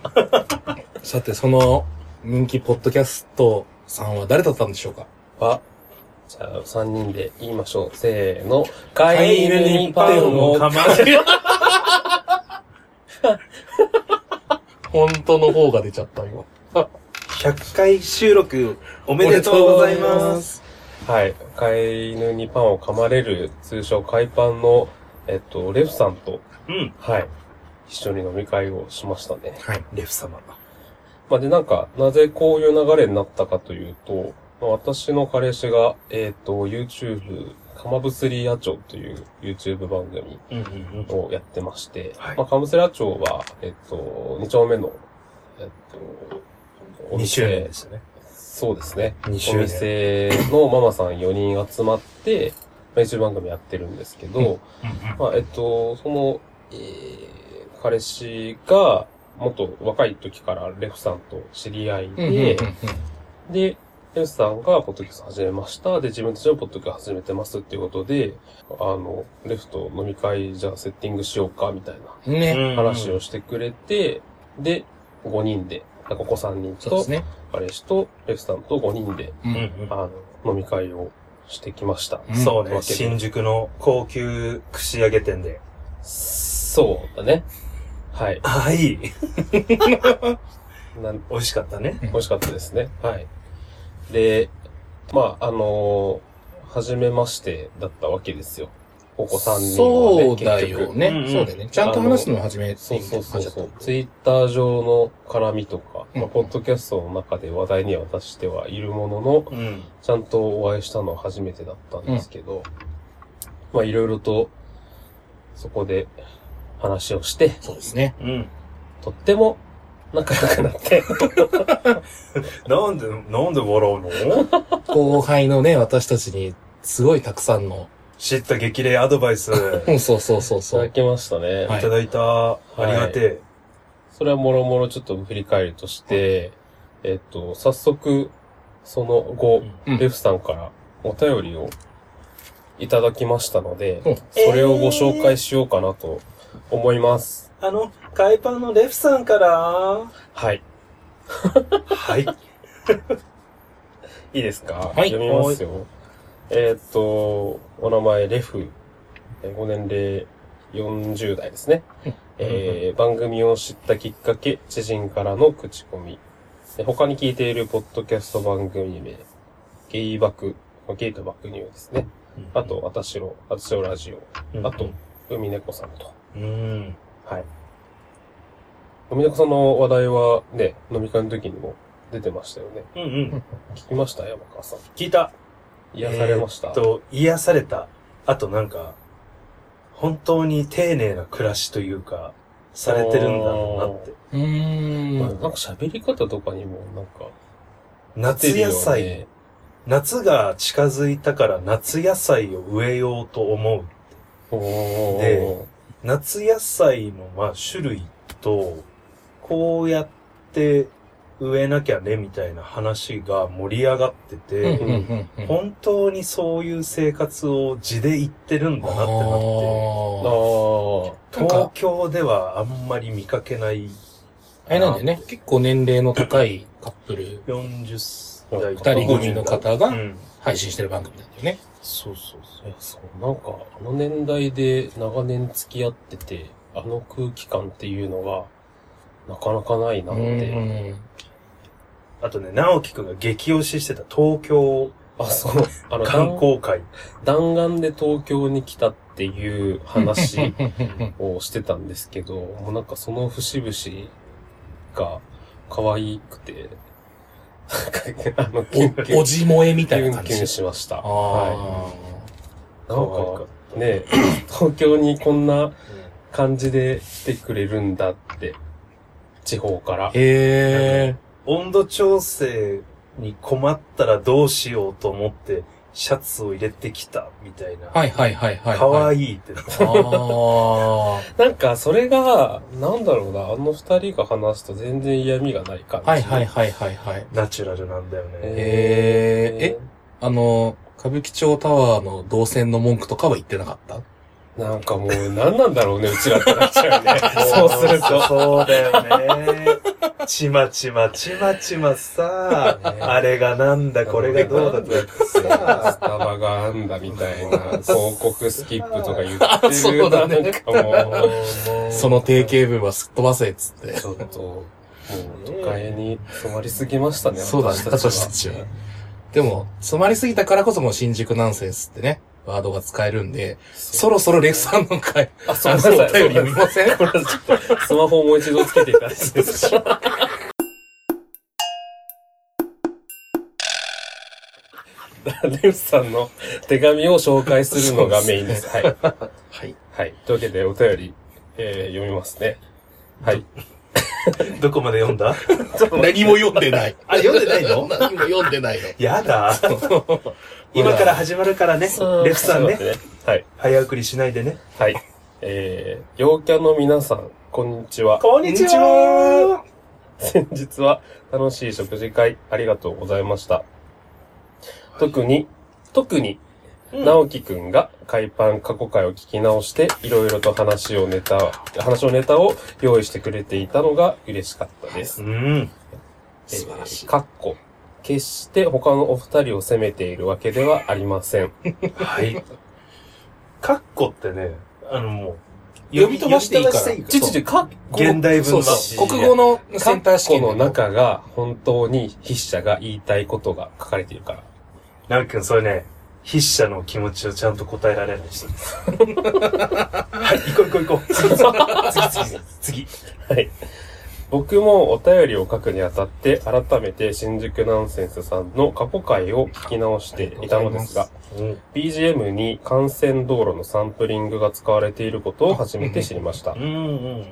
S3: さて、その人気ポッドキャストさんは誰だったんでしょ うか
S2: は、じゃあ3人で言いましょう。せーの。飼
S3: 飼
S2: い
S3: い
S2: 犬
S3: 犬
S2: に
S3: に
S2: パ
S3: パ
S2: ン
S3: ン
S2: を
S3: を
S2: 噛
S1: 噛
S2: む。
S1: まれる。
S3: 本当の方が出ちゃった、今。
S1: 100回収録おめでとうございます。
S3: す。
S2: はい。飼い犬にパンを噛まれる、通称飼いパンの、えっと、レフさんと、
S1: うん。
S2: はい。一緒に飲み会をしましたね。
S3: はい。
S1: レフ様。
S2: まあ、で、なんか、なぜこういう流れになったかというと、まあ私の彼氏が、えっ、と、YouTube、かまぶすり野鳥という YouTube 番組
S1: うんうんうん。
S2: をやってまして、
S1: はい
S2: まあ、かまぶすり野鳥は、えっ、と、2丁目の、えっ、と、お
S1: 2
S2: 店
S1: 周年でしたね。
S2: そうですね。
S1: 2
S2: お店のママさん4人集まって、まあ、一番組やってるんですけど、まあ、えっと、その、えー彼氏が、もっと若い時からレフさんと知り合い
S3: うんうんうんうん
S2: で、で、レフさんがポッドキャスト始めました。で、自分たちもポッドキャスト始めてますっていうことで、あの、レフと飲み会じゃあセッティングしようかみたい
S3: ね。
S2: な
S1: ね
S2: 話をしてくれて、で、5人で、なんかお子さん人
S3: そうで
S2: と
S3: す、ね。
S2: 彼氏とレフさんと5人で、
S3: う
S1: うんんうん。
S2: あの、飲み会をしてきました。
S3: うん
S1: そう
S2: わ
S1: ね。
S2: けで
S1: 新宿の高級串揚げ店で。
S2: そうだね。はい。
S1: はい。
S2: なん
S1: 美味しかったね。
S2: 美味しかったですね。はい。で、まあ、あのー、初めましてだったわけですよ。お子さんにはね、
S3: そうだよね。
S1: 結局
S3: そうだよね。ちゃんと話すのは初めて
S2: そうそうそうそう。ツ
S3: い
S2: イッター上の絡みとか、ま
S3: う
S2: あ、
S3: ん
S2: ポッドキャストの中で話題には出してはいるものの、
S1: うん。
S2: ちゃんとお会いしたのは初めてだったんですけど、まあいろいろと、そこで話をして、
S3: そうですね。
S1: うん。
S2: とっても仲良くな って、
S1: なんで、なんで笑う の
S3: 後輩のね、私たちに、すごいたくさんの、
S1: 知った激励アドバイス
S3: う
S1: い
S3: んそうそうそう
S2: い
S3: そ
S2: ただ
S3: う。
S2: きましたね。
S3: はい
S1: ただいた。あ
S2: い
S1: りがて
S2: それはもろもろちょっと振り返るとして、えっと、早速、その後、
S3: うん
S2: レフさんからお便りをいただきましたので、
S3: うん
S2: それをご紹介しようかなと思います。
S1: え。あの、海パンのレフさんから。は
S2: はい。
S1: い。
S2: いいですか、
S3: はい
S2: 読みますよ。えーっと、お名前、レフ、えーご年齢40代ですね。えー番組を知ったきっかけ、知人からの口コミ。えー他に聞いているポッドキャスト番組名、ゲイバク、まあゲイと爆乳ですね。 あと、あたしろ、あたしろラジ
S1: うん、
S2: オ、あと、海猫さんと。
S1: うん。
S2: はい。海猫さんの話題はね、飲み会の時にも出てましたよね。
S1: うんうん。
S2: 聞きました山川さん。
S1: 聞いた。
S2: 癒されました。
S1: えーっと、癒された。あとなんか、本当に丁寧な暮らしというか、されてるんだろうなって。
S3: うー
S2: まあなん
S3: ん。
S2: か喋り方とかにも、なんか、
S1: 夏野菜、
S2: 出てるよね
S1: 夏が近づいたから夏野菜を植えようと思う。
S2: おー
S1: で夏野菜のまあ種類と、こうやって植えなきゃねみたいな話が盛り上がってて、
S3: うんうんうんうん。
S1: 本当にそういう生活を地で言ってるんだなってなっ
S3: あ
S1: て、
S2: あ
S3: ー
S2: ー
S3: なんか
S1: 東京ではあんまり見かけない
S3: あれなんだよね。結構年齢の高いカップル、
S1: 40代
S3: 二人組の方
S1: う
S3: が
S1: ん。
S3: 配信してる番組なんだよね。
S1: そうそうそ
S2: いや、そう、なんか、あの年代で長年付き合ってて、あの空気感っていうのが、なかなかないなっ
S3: う
S2: て。
S3: ん。
S1: あとね、直樹くんが激推ししてた東京
S2: あ、そう。あの、
S1: 観光会。
S2: 弾丸で東京に来たっていう話をしてたんですけど、もうなんかその節々が可愛くて、なんかあの、キュンキュ
S3: お、
S2: ン、
S3: おじ萌えみ
S2: キ
S3: たい
S2: ュ
S3: な
S2: ン
S3: 感
S2: キ
S3: じ
S2: ュン。しました。
S3: あ
S2: は
S3: あ。
S2: い。
S1: 可
S2: な
S1: 愛
S2: ん
S1: か
S2: か
S1: っ、
S2: ね、 東京にこんな
S1: た。うん
S2: 感じで来てくれるんだって、地方から。
S3: へえ。
S1: 温度調整に困ったらどうしようと思って、シャツを入れてきた、みたいな。
S3: はいはいはいはい。
S1: かわ
S3: い。
S1: いいってなった。
S3: あ
S2: なんか、それが、なんだろうな、あの二人が話すと全然嫌味がない感
S3: あ。
S2: じ。
S3: はいはいはいはいはい。
S1: ナチュラルなんだよね。。
S2: えー
S3: へあの、歌舞伎町タワーの動線の文句とかは言ってなかった
S2: なんかもう、何なんだろうね、うちらってなっちゃうねそうすると。
S1: そうだよね。ちまちま、ちまちまさ、あれがなんだ、 これがどうだとか
S2: ス
S1: さ、
S2: タバがあんだみたいな、広告スキップと か言ってる。
S3: そうだね
S2: なんかも
S3: その定型文はすっ飛ばせっつっ
S2: う、
S3: て。
S2: ちょっ と、もう、都会に染まりすぎましたね、
S3: そうだね
S2: 私たちは。
S3: 私たちはでも、詰まりすぎたからこそもう新宿ナンセンスってね、ワードが使えるんで、そろそろレフさんの回、
S2: あ、そう
S3: あ
S2: ご
S3: の
S2: めんな
S3: お
S2: さい
S3: 便り読みません
S2: これはちょっと、 スマホをもう一度つけていただいていいです かレフさんの手紙を紹介するのがメインです。はい。
S3: はい。
S2: はい。というわけで、お便り、えー読みますね。はい。
S1: どこまで読んだ
S3: 何も読んでない。
S1: あ、読んでないの
S3: 何も読んでないの。
S1: や だ。今から始まるからね、レフさんね。。
S2: はい。
S1: 早送りしないでね。
S2: はい。えー、陽キャの皆さん、こんにちは。
S1: こんにちは。
S2: 先日は楽しい食事会ありがとうございました。特に、特
S1: う
S2: に、
S1: ん
S2: 直樹くんが海パン過去回を聞き直して、いろいろと話をネタ、話のネタを用意してくれていたのが嬉しかったです。
S1: うん。
S3: 素晴らしい
S2: えーかっこ。決して他のお二人を責めているわけではありません。
S1: はい。カッコってね、あのもう、
S3: 呼び飛ばしていいから
S1: 呼び飛ばして
S2: ちちち、かっこ。
S1: 現代文
S3: そう
S1: の
S3: そう。国語のセンター試験
S2: の
S3: でも
S2: 中が本当に筆者が言いたいことが書かれているから。
S1: 直樹くん、それね、筆者の気持ちをちゃんと答えられない人です。はい、行こう行こう行こう。次次次次次。
S2: はい。僕もお便りを書くにあたって、改めて新宿ナンセンスさんの過去回を聞き直していたのですが、
S1: うん。
S2: BGM に幹線道路のサンプリングが使われていることを初めて知りました
S1: う。んうん。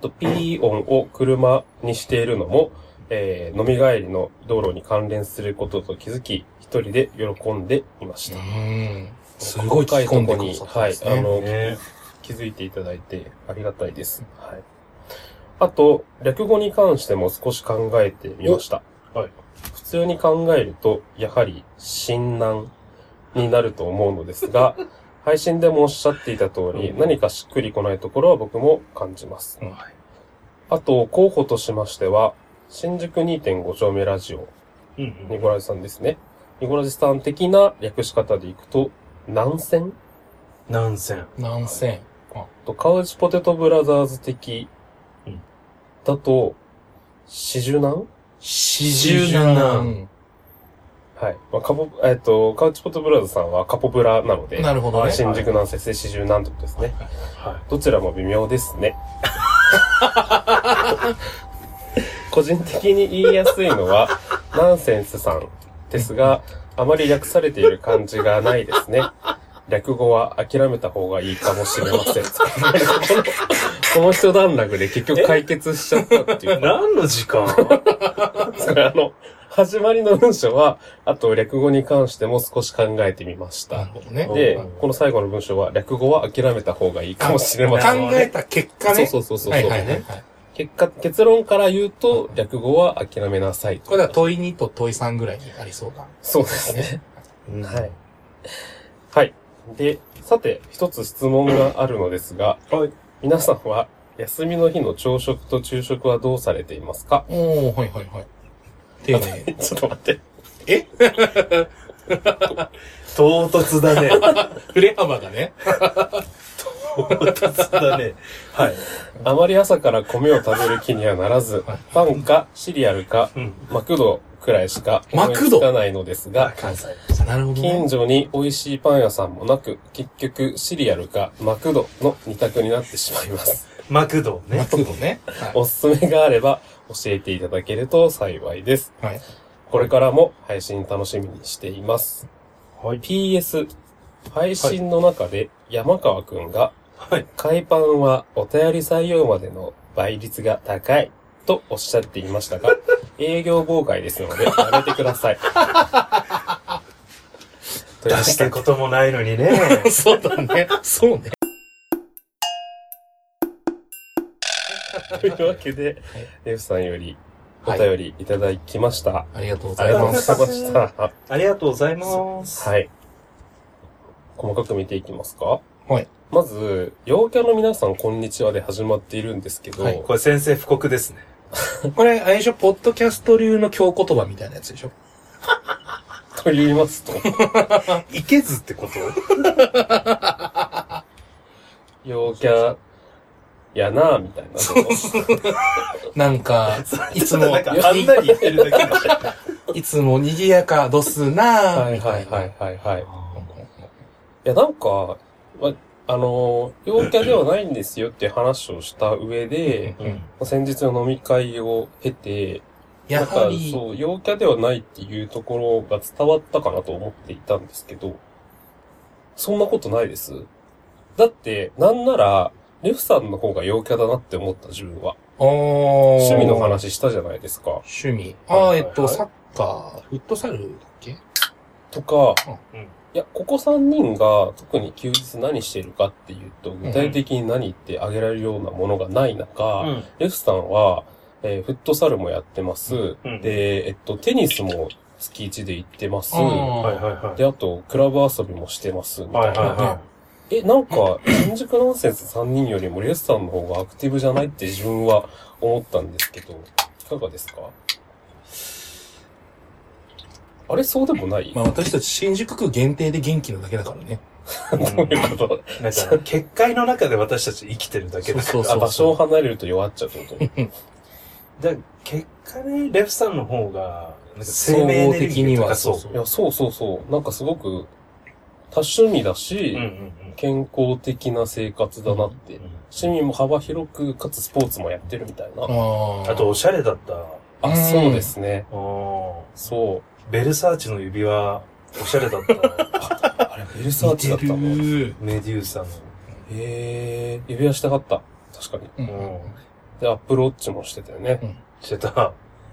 S2: と P 音を車にしているのも、えー飲み帰りの道路に関連することと気づき、一人で喜んでいまし
S3: う
S2: た。
S3: ん。すごい聞き込んでくださったんですね
S2: はいあの
S1: ね
S2: 気づいていただいてありがたいです。はい。あと、略語に関しても少し考えてみました。
S1: おはい。
S2: 普通に考えると、やはり、新難になると思うのです が、配信でもおっしゃっていた通り、
S1: うん
S2: 何かしっくりこないところは僕も感じます。
S3: うん
S2: あと、候補としましては、新宿2.5丁目ラジオ、
S1: うんう
S2: ニ
S1: ん。
S2: コラジさんですね。ニコラジさん的な略し方でいくと、南線
S1: 何千。
S3: 何千。
S2: と、カウチポテトブラザーズ的
S1: うん、
S2: だと、四十何
S3: 四
S1: 十何。
S2: はい。まあ、カポ、えっ、と、カウチポテトブラザーズさんはカポブラなので、
S3: なるほどね。
S2: 新宿南節で四十何ってことですね。
S1: は
S2: どちらも微妙ですね。 個人的に言いやすいのは、ナンセンスさんですが、あまり略されている感じがないですね。略語は諦めた方がいいかもしれません。 この一段落で結局解決しちゃったってい
S1: い。
S2: う。
S1: 何の時間
S2: それあの、始まりの文章は、あと略語に関しても少し考えてみまし
S3: なる
S2: た。
S3: ほどね。
S2: で
S1: うん、
S2: この最後の文章は、略語は諦めた方がいいかもしれ
S3: 考
S2: ません。
S3: えた結果ね。
S2: そうそうそうそう。
S3: はいはいはい。
S2: 結果、結論から言うと、略語は諦めなさいと。
S3: これは問い2と問い3ぐらいにありそうだ。
S2: そうですね。
S1: うん
S2: はい。はい。で、さて、一つ質問があるのですが、
S1: はい
S2: 皆さんは、休みの日の朝食と昼食はどうされていますか
S3: おー、はいはいはい。丁寧 に。
S2: ちょっと待って。
S1: 唐突だね。
S3: 振れ幅がね。
S1: 唐突だね。はい。
S2: あまり朝から米を食べる気にはならず、パンかシリアルか
S1: うん。
S2: マクドくらいしか
S3: マ
S2: 思い
S3: クド
S2: つかないのですが、
S1: 関西。
S3: あなるほどね
S2: 近。所に美味しいパン屋さんもなく、結局シリアルかマクドの二択になってしまいます。
S1: マクド
S3: マ
S1: ね。
S3: クドね。は
S2: おすすめがあれば教えていただけると幸いです。
S3: い。はい。
S2: これからも配信楽しみにしています。
S1: はい。
S2: PS、配信の中で山川くんが、
S1: はい。
S2: 海パンはお便り採用までの倍率が高いとおっしゃっていましたが、営業妨害ですのでやめてください。とい
S1: 出
S2: う
S1: したこともないのにね。
S3: そうだね。そうね。
S2: というわけで、F さんよりお
S3: はい
S2: 便りいただきました。
S3: ありがとうご
S2: あ
S3: ざ
S2: り
S3: い
S2: がとう
S3: ま
S2: ご
S3: す。
S2: ざいました。
S1: ありがとうございます。
S2: はい。細かく見ていきますか
S3: はい。
S2: まず、陽キャの皆さんこんにちはで始まっているんですけど、
S3: はい
S1: これ先生布告ですね。
S3: これ、あれでしょ、ポッドキャスト流の強言葉みたいなやつでしょ
S2: と言います と、
S1: いけずって こと
S2: 陽キャやなぁみたいな。
S3: なんか、いつも
S1: なん、かあんなり言ってるだけでしょ。
S3: いつも賑やかどすな
S2: は
S3: ぁ、
S2: い
S3: み
S2: は
S3: た
S2: い
S3: い
S2: は
S3: な。
S2: いはい はい。
S3: は
S2: いやなんか、まあのー、陽キャではないんですよっていう話をした上で、
S3: い。うん
S2: ま先日の飲み会を経て、
S3: やは
S2: なんか
S3: り、
S2: そう、陽キャではないっていうところが伝わったかなと思っていたんですけど、そんなことないです。だって、なんなら、レフさんの方が陽キャだなって思った自分は。
S3: おー
S2: 趣味の。話したじゃないですか。
S3: 趣味。ああ、
S2: はい
S3: え
S2: はい
S3: っと、サッカー、フットサルだっけ
S2: とか、
S1: うん
S2: いや、ここ3人が特に休日何してるかっていうと、具体的に何ってあげられるようなものがない中、
S1: うん
S2: レフさんは、えーフットサルもやってます、
S1: うん
S2: で、えっと、テニスも月1で行ってます。
S1: はい
S3: あ
S1: はいはい。
S2: で、あと、クラブ遊びもしてます。みたい
S1: はい
S2: な。
S1: はいは
S2: え、なんか、新宿ナンセンス3人よりもレスさんの方がアクティブじゃないって自分は思ったんですけど、いかがですかあれ、そうでもない
S3: ー。 まあ私たち新宿区限定で元気なだけだからね。
S2: どういうこと
S1: い。だから、結界の中で私たち生きてるだけ
S3: そう
S1: だか
S3: そう
S2: あ、
S3: そう。
S2: 場所を離れると弱っちゃうってこと
S1: ら。だから結果ね、レフさんの方が、生命エネルギーとか
S3: 総合的にはそう
S1: そ
S3: そう
S1: う。
S2: いや、そうそうそう。なんかすごく、多趣味だ
S1: う
S2: し、
S1: んうんうん
S2: 健康的な生活だなって。
S1: うん
S2: 趣味も幅広く、かつスポーツもやってるみたいな。
S3: あー
S1: あと、、おしゃれだった。
S2: あ、そうですね。
S1: お
S2: そう。
S1: ーベルサーチの指輪、おしゃれだ った。
S2: あれ、ベルサーチだったの
S3: 似
S2: へ
S3: てる
S1: メデューサの。
S2: え、指輪したかった。確かに。
S3: う
S1: うんん。
S2: で、アップルウォッチもしてたよね。
S1: してた。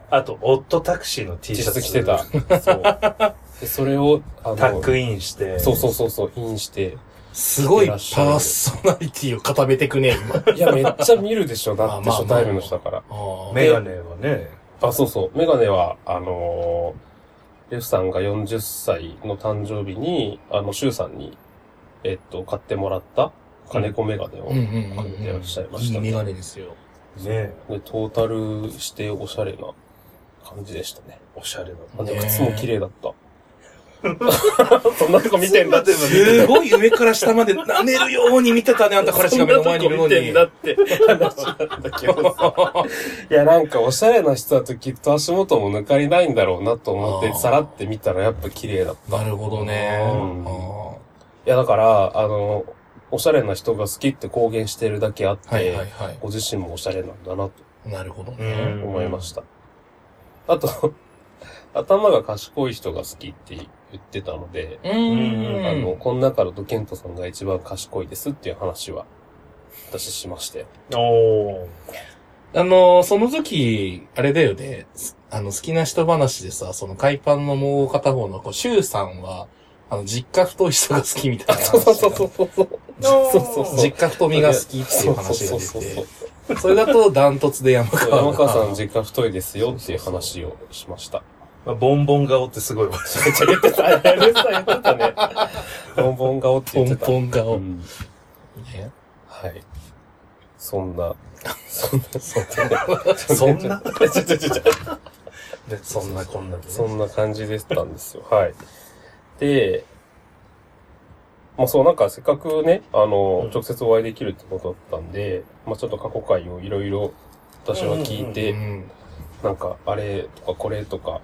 S1: あと、オットタクシーの T
S2: 実
S1: シャツ
S2: 質着てた。。そう。 で、それを、あの、
S1: タックインして。
S2: そうそうそうそう、インして。
S3: すごいパーソナリティを固めてくね、今。
S2: いや、めっちゃ見るでしょ。
S3: ま
S2: だ
S3: あ
S2: って
S3: まあ
S2: 初対面の人だから。
S3: あー
S1: メガネはね。
S2: あ、そうそう。メガネは、あのーレフさんが40歳の誕生日に、あの、シュウさんに、えっと、買ってもらった金子メガネを、
S3: うんうんうん
S2: いらっしゃいま
S3: うん。
S2: し
S3: い
S2: た
S3: い
S2: ね
S3: メガネですよ。
S1: ね
S2: で、トータルしておしゃれな感じでしたね。
S1: おしゃれだった。
S2: あで
S3: ねえ
S2: 靴も綺麗だった。 そんなとこ見てんだって。
S3: すごい上から下まで舐めるように見てたね、あんた彼氏が目の前にいるの
S2: そんなとこ見て
S3: に
S2: ん。だって話なんだけどさ。いや、なんかおしゃれな人だときっと足元も抜かりないんだろうなと思っ
S3: あ
S2: て、
S3: ー
S2: さらって見たらやっぱ綺麗だった。
S3: なるほどね。
S2: うん
S3: あ
S2: いや、だから、あの、おしゃれな人が好きって公言してるだけあって、
S3: ーはいはいは
S2: ご自身もおしゃれなんだなと
S3: い。なるほど
S1: う
S3: ね。
S1: ん。
S2: 思いました。あと、 頭が賢い人が好きって言ってたので、
S3: う
S1: うん
S2: あの、この中だとケントさんが一番賢いですっていう話は、私しまして。
S1: た。おー。
S3: あの、その時、あれだよね、すあの、好きな人話でさ、その海パンのもう片方の、こう、シュウさんは、あの、実家太い人が好きみたいな話
S2: そうそうそうそうそう。そうそうそう。
S3: 実家太みが好きっていう話が
S2: そうそう
S3: 出
S2: そ
S3: て、
S2: う
S3: それだとダントツで山
S2: そう。
S3: 川
S2: 山川さん
S3: が
S2: の実家太いですよっていう話をしました。
S1: まあ、ボンボン顔ってすごい。
S2: めっちゃ言ってた。やるさ、言ってたね。ボンボン顔って
S3: ポ
S2: 言って
S3: ン
S2: た。
S3: ポン顔
S2: う。ん
S3: ね
S2: はい。そんな、そんな、そん
S1: そん な
S2: な、ちょちょちょちょ
S1: ねそんなこんなでね。
S2: そんな感じでしたんですよ。はい。で、まあそう、なんかせっかくね、あの、
S1: うん
S2: 直接お会いできるってことだったんで、まあちょっと過去回をいろいろ私は聞いて、
S3: うん
S2: なんかあれとかこれとか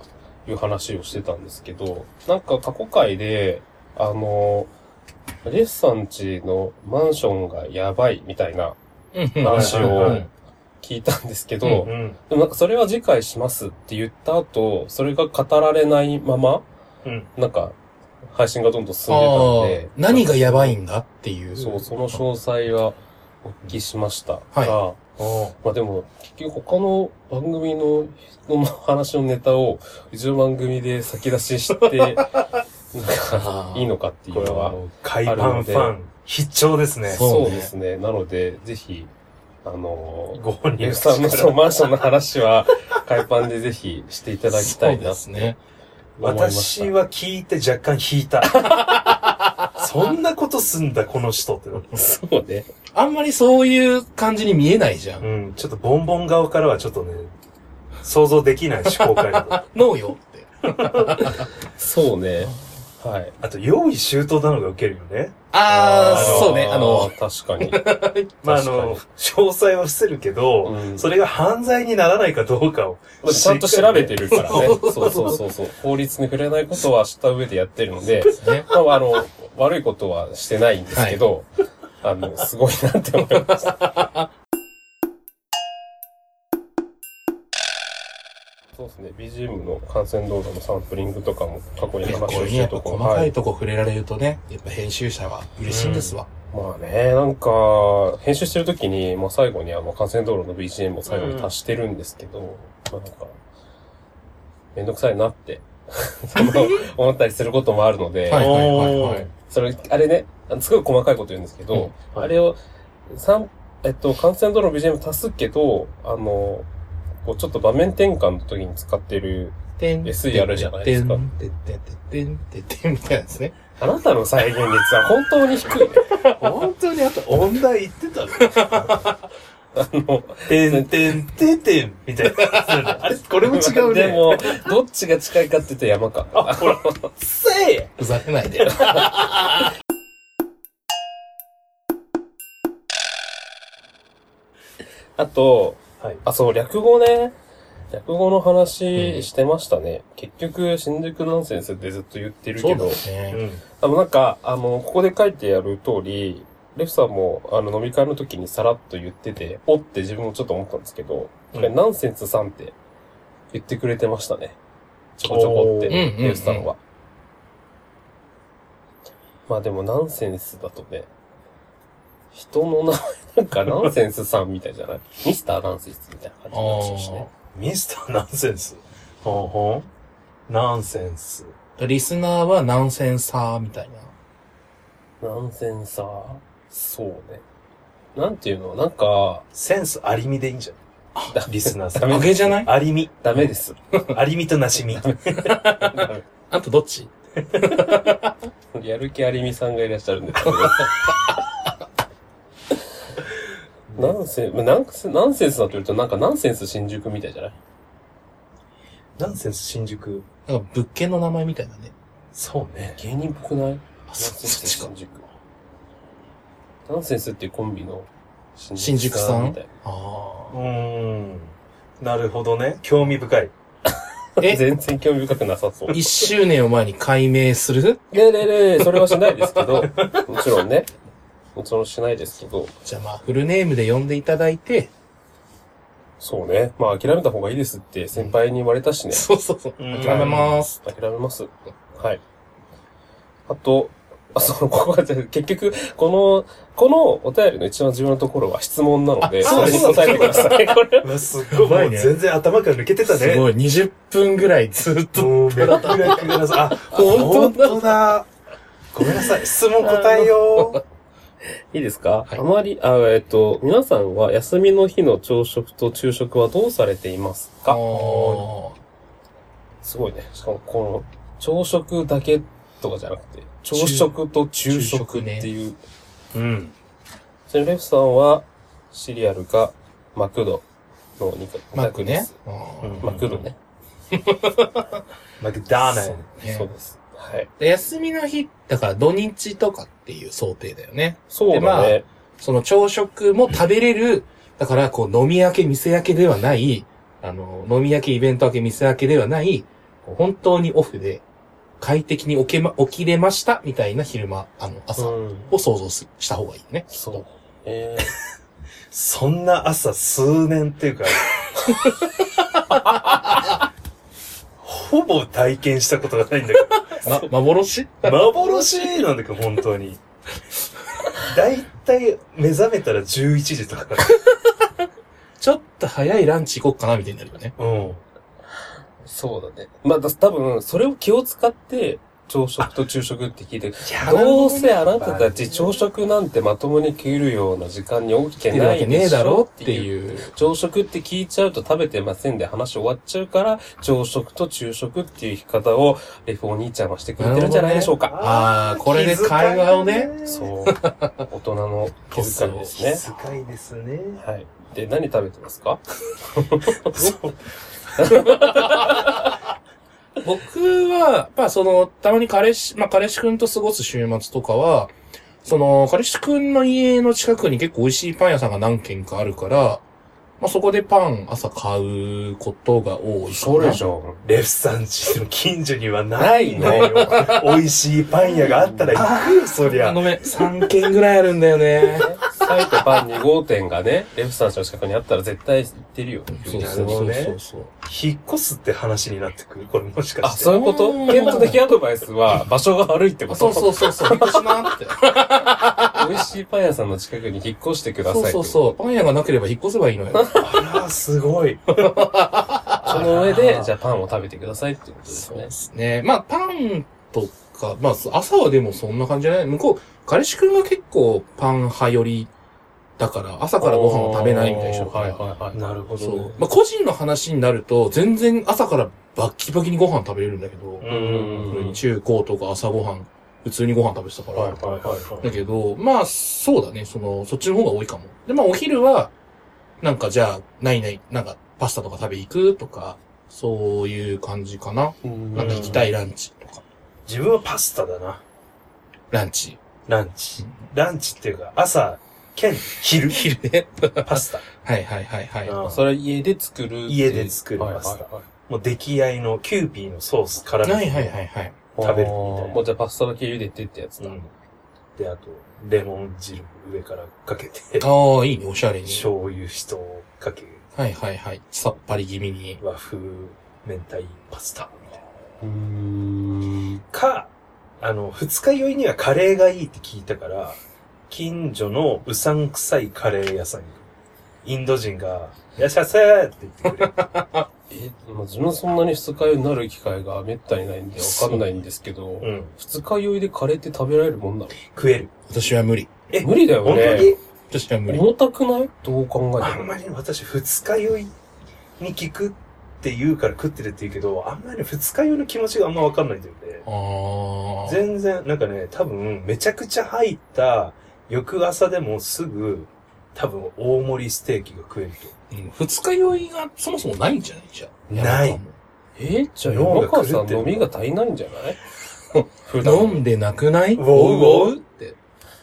S2: いう話をしてたんですけど、なんか過去回で、あの、レッサンチのマンションがやばいみたいな
S3: うん
S2: 話
S1: はいはいは
S2: を
S1: い
S2: 聞いたんですけど、
S3: うん
S1: うん。
S2: でもなんかそれは次回しますって言った後、それが語られないまま、
S1: うん。
S2: なんか、配信がどんどん進んでた
S3: あ
S2: ん
S3: あ
S2: で。
S3: 何がやばい
S2: だ
S3: んだっていう。
S2: そう、その詳細はお聞きしました
S3: はい
S2: が、まあでも、結局他の番組の人の話のネタを、うちの番組で先出し して、なんか
S3: あ、ー
S2: いいのかってい
S1: こ
S2: う
S1: れ
S2: の
S1: は、、
S2: は
S1: 海パンファン、必聴ですね。
S3: そう
S2: そう
S3: ね
S2: ですね。なので、ぜひ、あの
S1: ご本
S2: レ
S1: 人
S2: フさんのそのマンションの話は、海パンでぜひしていただきたいな
S3: で
S2: っ
S3: す
S2: て
S3: ね。
S2: 思いました。
S1: 私は聞いて若干引 いた。そんなことすんだ、この人ってなって。
S2: そうね。
S3: あんまりそういう感じに見えないじゃん。
S1: うん、ちょっとボンボン顔からはちょっとね、想像できない思考回路だ。
S3: ノーよって。
S2: そうね。はい。
S1: あと、用意周到なのがウケるよね。
S3: あ
S1: あ
S3: あ、
S1: のー
S3: そうね。あの、、
S2: 確かに。
S1: まあ、あ
S2: 確か
S1: の、
S2: に
S1: 詳細は伏せるけど、
S2: うん
S1: それが犯罪にならないかどうかを。
S2: ちゃんと調べてるからね。
S3: そ
S2: そううそうそうそう。法律に触れないことはした上でやってるので、
S3: ね
S2: まあ、あの、悪いことはしてないんですけど、あの、すごいなって思います。そうですね、BGM の感染動画のサンプリングとかも過去に
S3: 結構
S2: 話をし
S3: ね、
S2: て
S3: や
S2: る
S3: っぱ
S2: とこ
S3: 細
S2: ろ、
S3: か
S2: はいい。
S3: とこ触れられるとね、やっぱ編集者は嬉しいんですわ。
S2: まあね、なんか、編集してる時に、まあ最後にあの、感染道路の BGM を最後に足してるんですけど、まあなんか、めんどくさいなって、 その思ったりすることもあるので、
S3: はいはいはいはい。
S2: それ、あれね、あのすごい細かいこと言うんですけど、
S1: うんはい
S2: あれを、三えっと、感染道路の BGM 足すけど、あの、こうちょっと場面転換の時に使ってる、
S3: てん
S2: SER じゃないですか
S3: てんてんてんてんてんてんてんみたいなですね。
S2: あなたの再現率は本当に低いね。
S1: 本当にあと、音大言ってたの
S2: あの、
S1: てんてんてんてん、みたいな。あれ、これ も違うね。
S2: でも、どっちが近いかって言ったら山か。
S1: あ、ほら、せえ
S3: ふざけないで。
S2: あと、
S1: はい。
S2: あ、そう、略語ね。略語の話してましたね。結局、新宿ナンセンスってずっと言ってるけど、
S1: う
S3: ね。
S1: ん。
S2: あの、なんか、あの、ここで書いてある通り、レフさんも、あの、飲み会の時にさらっと言ってて、おって自分もちょっと思ったんですけど、
S1: うん
S2: これ、ナンセンスさんって言ってくれてましたね。ちょこちょこって、
S1: お
S3: ー
S2: レフさんは。まあでも、ナンセンスだとね、人の名前なんかナンセンスさんみたいじゃないミスターナンセンスみたいな感じになっちゃうしね。
S1: ミスターナンセンス。ほんほん。ナンセンス。
S3: リスナーはナンセンサーみたいな。
S2: ナンセンサー。そうね。なんていうのなんか、
S1: センスありみでいいんじゃないリスナーさ
S2: ダメ
S1: ん。
S3: あげじゃない
S1: ありみ。
S2: ダメです。
S1: ありみとなしみ。
S3: あとどっち
S2: やる気ありみさんがいらっしゃるん ですけど。ナンセンス、ナンセナンセンスだと言うとなんかナンセンス新宿みたいじゃない
S1: ナンセンス新宿。
S3: なんか物件の名前みたいなね。
S1: そうね。
S2: 芸人っぽく
S3: あ、
S2: ないナン
S3: そ
S2: セン
S3: そっ
S2: ス
S3: ちか
S2: 新。宿。ナンセンスっていうコンビの
S3: 新宿さん
S2: みたい
S3: あ
S1: うーん。なるほどね。興味深い。
S3: あ。
S2: な。
S3: え、
S2: 全然興味深くなさそう。
S3: 1周年を前に解明する
S2: いやいやいやいやそれはしないですけど、もちろんね。もちろんしないですけど、
S3: じゃあまあ、フルネームで呼んでいただいて、
S2: そうね。まあ諦めた方がいいですって先輩に言われたしね。
S3: そうそうそう。
S1: うん
S3: 諦めます。
S2: 諦めます。はい。あと、あ、そう、ここが、結局、この、このお便りの一番重要なところは質問なので、
S3: あそ
S2: そうれに答えてくださ い。これ
S1: うわ、すっ
S3: すご
S1: ご
S3: い
S1: い。も
S3: ね
S1: う全然頭から抜けてたね。
S3: すごい、20分ぐらいずっと。
S1: もう、めくらください。あ、
S3: 本
S1: 本
S3: 当だ
S1: 当だ。ごめんなさい。質問答えよ
S2: いいですか、
S3: はい
S2: あまり、あ、えっと、皆さんは休みの日の朝食と昼食はどうされていますか
S3: お
S2: すごいね。しかも、この、朝食だけとかじゃなくて、朝食と昼食っていう、
S1: う。うん。
S2: ちなみにレフさんは、シリアルか、マクドの2択
S3: ーマック
S2: で
S3: ね
S2: す。
S3: うん
S2: マクドね。
S1: マクダーナル
S3: ね
S2: そうです。はい。
S3: で休みの日、だから土日とかっていう想定だよね。
S2: そうだね。
S3: その朝食も食べれる、だからこう飲み明け、店明けではない、あの、飲み明け、イベント明け、店明けではない、こう本当にオフで快適に起けま、起きれましたみたいな昼間、あの、朝
S2: うん。
S3: を想像すした方がいいよ ね。
S2: そう。え
S1: そんな朝数年っていうか、ほぼ体験したことがないんだけ
S3: ま、幻
S1: ど、幻なんだけど、本当に。だいたい目覚めたら11時とか。
S3: ちょっと早いランチ行こっかなみたいになるよね。
S1: うん。
S2: ー、そうだね。まあ、だ多分、それを気を使って、朝食と昼食って聞いてる。どうせあなたたち朝食なんてまともに食えるような時間に起きて
S3: いる
S2: な
S3: わ
S2: い
S3: け
S2: でしょ
S3: ねえだろっていう。
S2: 朝食って聞いちゃうと食べてませんで話終わっちゃうから、朝食と昼食っていう生き方を、レフお兄ちゃんはしてくれてるんじゃないでしょうか。
S3: あーこれで会話をね
S1: そう。
S2: そう。大人の気遣いです
S1: 気
S2: ね。
S1: 遣いですね。
S2: はい。で、何食べてますか
S3: 僕は、まあその、たまに彼氏、まあ彼氏くんと過ごす週末とかは、その、彼氏くんの家の近くに結構美味しいパン屋さんが何軒かあるから、まあそこでパン朝買うことが多いかな。ょ。
S2: ょ。
S1: レフさんちの近所には
S2: な
S1: ないい
S2: の
S1: のよ。美味しいパン屋があったら行くよ、そり
S3: あ、
S1: ゃ。
S3: ごめん。3軒ぐらいあるんだよね。
S2: サイとパン2号店がね、レフさんちの近くにあったら絶対行ってるよ。
S3: そう
S1: な
S3: そ
S1: る
S3: う
S1: ほど
S3: そう
S1: ね
S3: そうそう。
S1: 引っ越すって話になってくる。これもしか
S2: あ、
S1: して。
S2: そういうこと
S3: うん
S2: 健康的アドバイスは場所が悪いってこ
S3: あ
S2: と
S3: そうそうそう そう。引っ越しなって。
S2: 美味しいパン屋さんの近くに引っ越してください
S3: そう
S2: と。
S3: そうそう。パン屋がなければ引っ越せばいいのよ。
S1: あら、すごい。
S2: その上で、じゃあパンを食べてくださいっていうことです
S3: そう
S2: ね
S3: で。すね。まあ、パンとか、まあ、朝はでもそんな感じじゃない向こう、彼氏くんが結構パン派寄りだから、朝からご飯を食べないみたいでしょ。
S2: はいはいはい。
S1: なるほ
S3: そ
S1: どね
S3: う。。まあ、個人の話になると、全然朝からバッキバキにご飯食べれるんだけど、
S1: うん。
S2: うん
S3: 中高とか朝ご飯、普通にご飯食べてたから。
S1: はいはいはい
S3: だけど、まあ、そうだね。その、そっちの方が多いかも。で、まあ、お昼は、なんかじゃあ、ないない、なんか、パスタとか食べ行くとか、そういう感じかな。なんか行きたいランチとか。
S1: 自分はパスタだな。
S3: ランチ。
S1: ランチ。ランチっていうか、朝、兼、 昼、
S3: 昼ね。
S1: パスタ。
S3: はいはいはいはい。
S1: うん
S2: それは家で作るっていう。
S1: 家で作る
S2: はい
S1: パ
S2: はい
S1: スタ
S2: はい
S1: もう出来合いのキューピーのソースから
S3: はいはいはいはい。
S1: 食べるみたいな
S2: もうじゃあパスタだけ茹でてってやつ
S1: う
S2: だ。
S1: ん。で、あと、レモン汁上からか けて、
S3: ああ、いいね、おしゃれに。
S1: 醤油しとかけ、
S3: はいはいはい。さっぱり気味に。
S1: 和風、明太パスタみたいな。
S2: うーん。
S1: か、あの、二日酔いにはカレーがいいって聞いたから、近所のうさんくさいカレー屋さんに、インド人が、いらっしゃいませーって言ってくれる。
S2: え、まあ自分はそんなに二日酔いになる機会がめったにないんでわかんないんですけ ど
S1: う、ん。
S2: 二日酔いでカレーって食べられるもんなの
S1: 食える。
S3: 私は無理。
S1: え
S2: 無理だよ
S1: 本
S2: ね。
S1: 当
S3: 私は無理。
S2: 重たくないどう考
S1: に
S2: え
S1: あ
S2: て
S1: ん
S2: も
S1: ま。り私、二日酔いに効くって言うから食ってるって言うけど、あんまり二日酔いの気持ちがあんまわかんないんだよね。
S3: ああ。
S1: 全然、なんかね、多分、めちゃくちゃ入った、翌朝でもすぐ、多分、大盛りステーキが食える
S3: うん二日酔いがそもそもないんじゃないじゃ
S1: と。
S3: ん。
S1: ない。。
S2: え、じゃあ
S1: 脳
S2: 山
S1: が
S2: 川
S1: 狂ってる
S2: さん飲みが足りないんじゃない普
S3: 飲んでなくない
S1: ウォウウォウ
S3: って。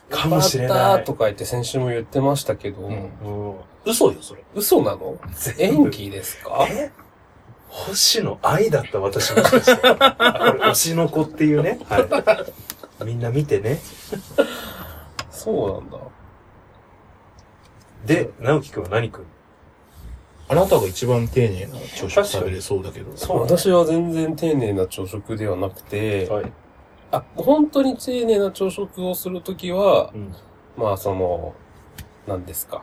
S1: かもしれない
S2: バターとか言って先週も言ってましたけど、
S3: うん
S1: も
S3: 嘘よ、それ。
S2: 嘘なの
S1: う、全
S2: 演
S1: 部。
S2: 技で すか
S1: え星野愛だった私もしかして。あこれ、推しの子っていうね。はい。みんな見てね。
S2: そうなんだ。
S1: で、直樹くんは何くん
S3: あなたが一番丁寧な朝食食べれそうだけど。
S1: そう
S2: 私は全然丁寧な朝食ではなくて、
S1: はい。
S2: あ、本当に丁寧な朝食をするときは
S1: う、ん。
S2: まあその、何ですか。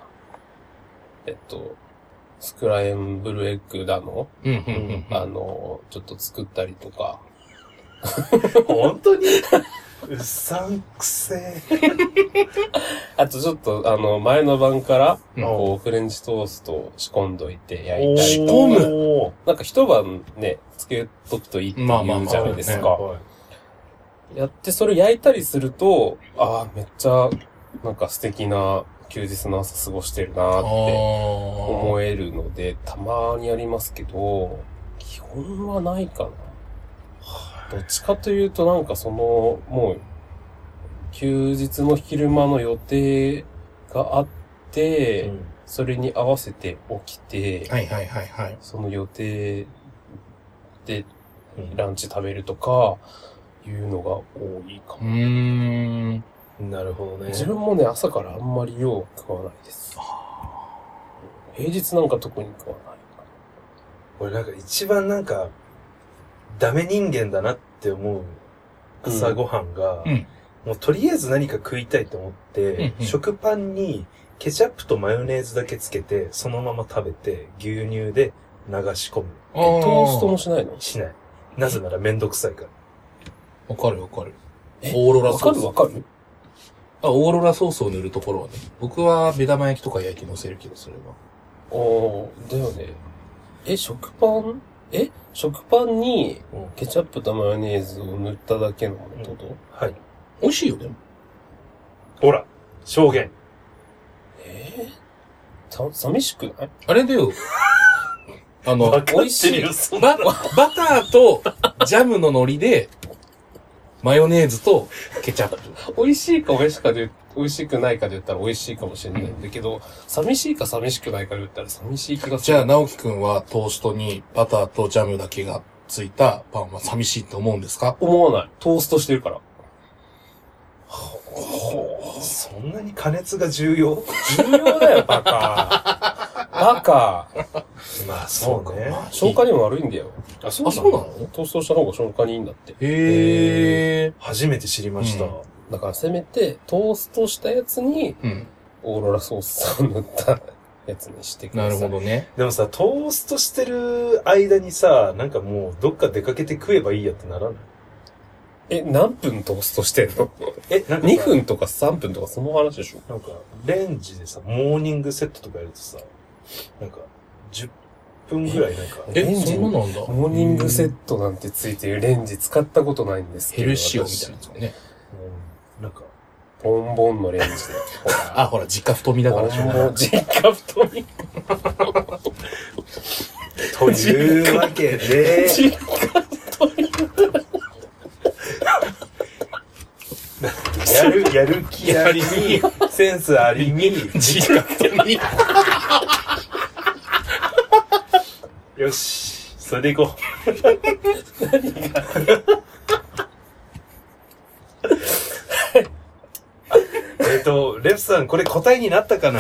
S2: えっと、スクラエンブルエッグだの、
S3: うんうんうん。
S2: あの、ちょっと作ったりとか、
S1: 本当にうさんくせえ。
S2: あとちょっと、あの、前の晩から、
S3: うん
S2: こう、フレンチトーストを仕込んどいて焼いたり
S3: 仕
S2: とか
S3: 込む
S1: む
S2: なんか一晩ね、つけとくといいって
S3: まあまあ
S2: 言
S3: ま
S2: う
S3: あ
S2: じゃないですか。
S1: はい
S2: やってそれ焼いたりすると、ああ、めっちゃ、なんか素敵な休日の朝過ごしてるな
S3: あ
S2: ーって
S3: ー
S2: 思えるので、たまにやりますけど、基本はないかな。どっちかというとなんかその、もう、休日の昼間の予定があって、
S1: うん
S2: それに合わせて起きて、
S3: はいはいはいはい。
S2: その予定で
S1: うん
S2: ランチ食べるとか、いうのが多いか
S3: う
S2: も。
S3: ーん。
S1: なるほどね。
S2: 自分もね、朝からあんまり量食わないです。平日なんか特に食わない。
S1: 俺なんか一番なんか、ダメ人間だなって思う朝ごはんが、
S3: うん
S1: もうとりあえず何か食いたいと思って、
S3: うんうん
S1: 食パンにケチャップとマヨネーズだけつけて、そのまま食べて、牛乳で流し込む。
S3: ト
S2: トーストもしないの
S1: しない。なぜならめんどくさいから。
S3: わかるわかる。オーロラ
S2: わ
S3: ソ
S2: か
S3: ー
S2: る
S3: ス
S2: わ。かる
S3: あ、オーロラソースを塗るところはね。僕は目玉焼きとか焼き乗せるけど、それは。
S2: おー、だよね。え、食パンえ食パンに
S1: うん
S2: ケチャップとマヨネーズを塗っただけのってこと、
S1: はい。
S3: 美味しいよ、でも。
S1: ほら、証言。
S2: えー、た、寂しくない
S3: あれだよ。あの、
S1: わかってるよ
S3: 美味しい。
S1: そん
S3: ババターとジャムの海苔で、マヨネーズとケチャップ。
S2: 美味しいか美味しかで、美味しくないかで言ったら美味しいかもしれないんだけど、寂しいか寂しくないかで言ったら寂しい気がする。
S3: じゃあ、直樹くんはトーストにバターとジャムだけがついたパンは寂しいと思うんですか
S2: 思わない。トーストしてるから。
S1: そんなに加熱が重要
S2: 重要だよ、バカ。バカ。
S1: まあそうね。
S3: まあ
S2: 消化にも悪いんだよ。あ、そ
S3: あ、そうなの
S2: トーストした方が消化にいいんだって。
S3: へえ。
S1: 初めて知りました。
S3: うん
S2: だからせめて、トーストしたやつに、
S3: うん。
S2: オーロラソースを塗ったやつにしてく
S3: な
S2: ださ
S3: る
S2: い。
S3: ほ。どね。
S1: でもさ、トーストしてる間にさ、なんかもうどっか出かけて食えばいいやってならない
S2: え、何分トーストして んの
S1: え、なんかさ
S2: ?2 分とか3分とかその話でしょ
S1: なんか、レンジでさ、モーニングセットとかやるとさ、なんか、10分ぐらいなんか、
S2: えレ
S3: え、
S2: ンジ
S3: そうなんだ。
S2: モーニングセ
S3: へ
S2: ットなんてついてるレンジ使ったことないんです
S3: ー
S2: けど。
S3: ヘルシオみた
S2: 私
S3: いなやつだね。
S1: うんなんか、
S2: ボンボンのレンジで。ほら
S3: あ、ほら、実家太みだからしょうがない
S2: ボンボン実家太み。
S1: というわけで、
S2: 実家
S1: やる、やる気ありに、センスありに、
S3: 実家太み。
S1: よし、それでいこ う。えっと、レフさん、これ答えになったかな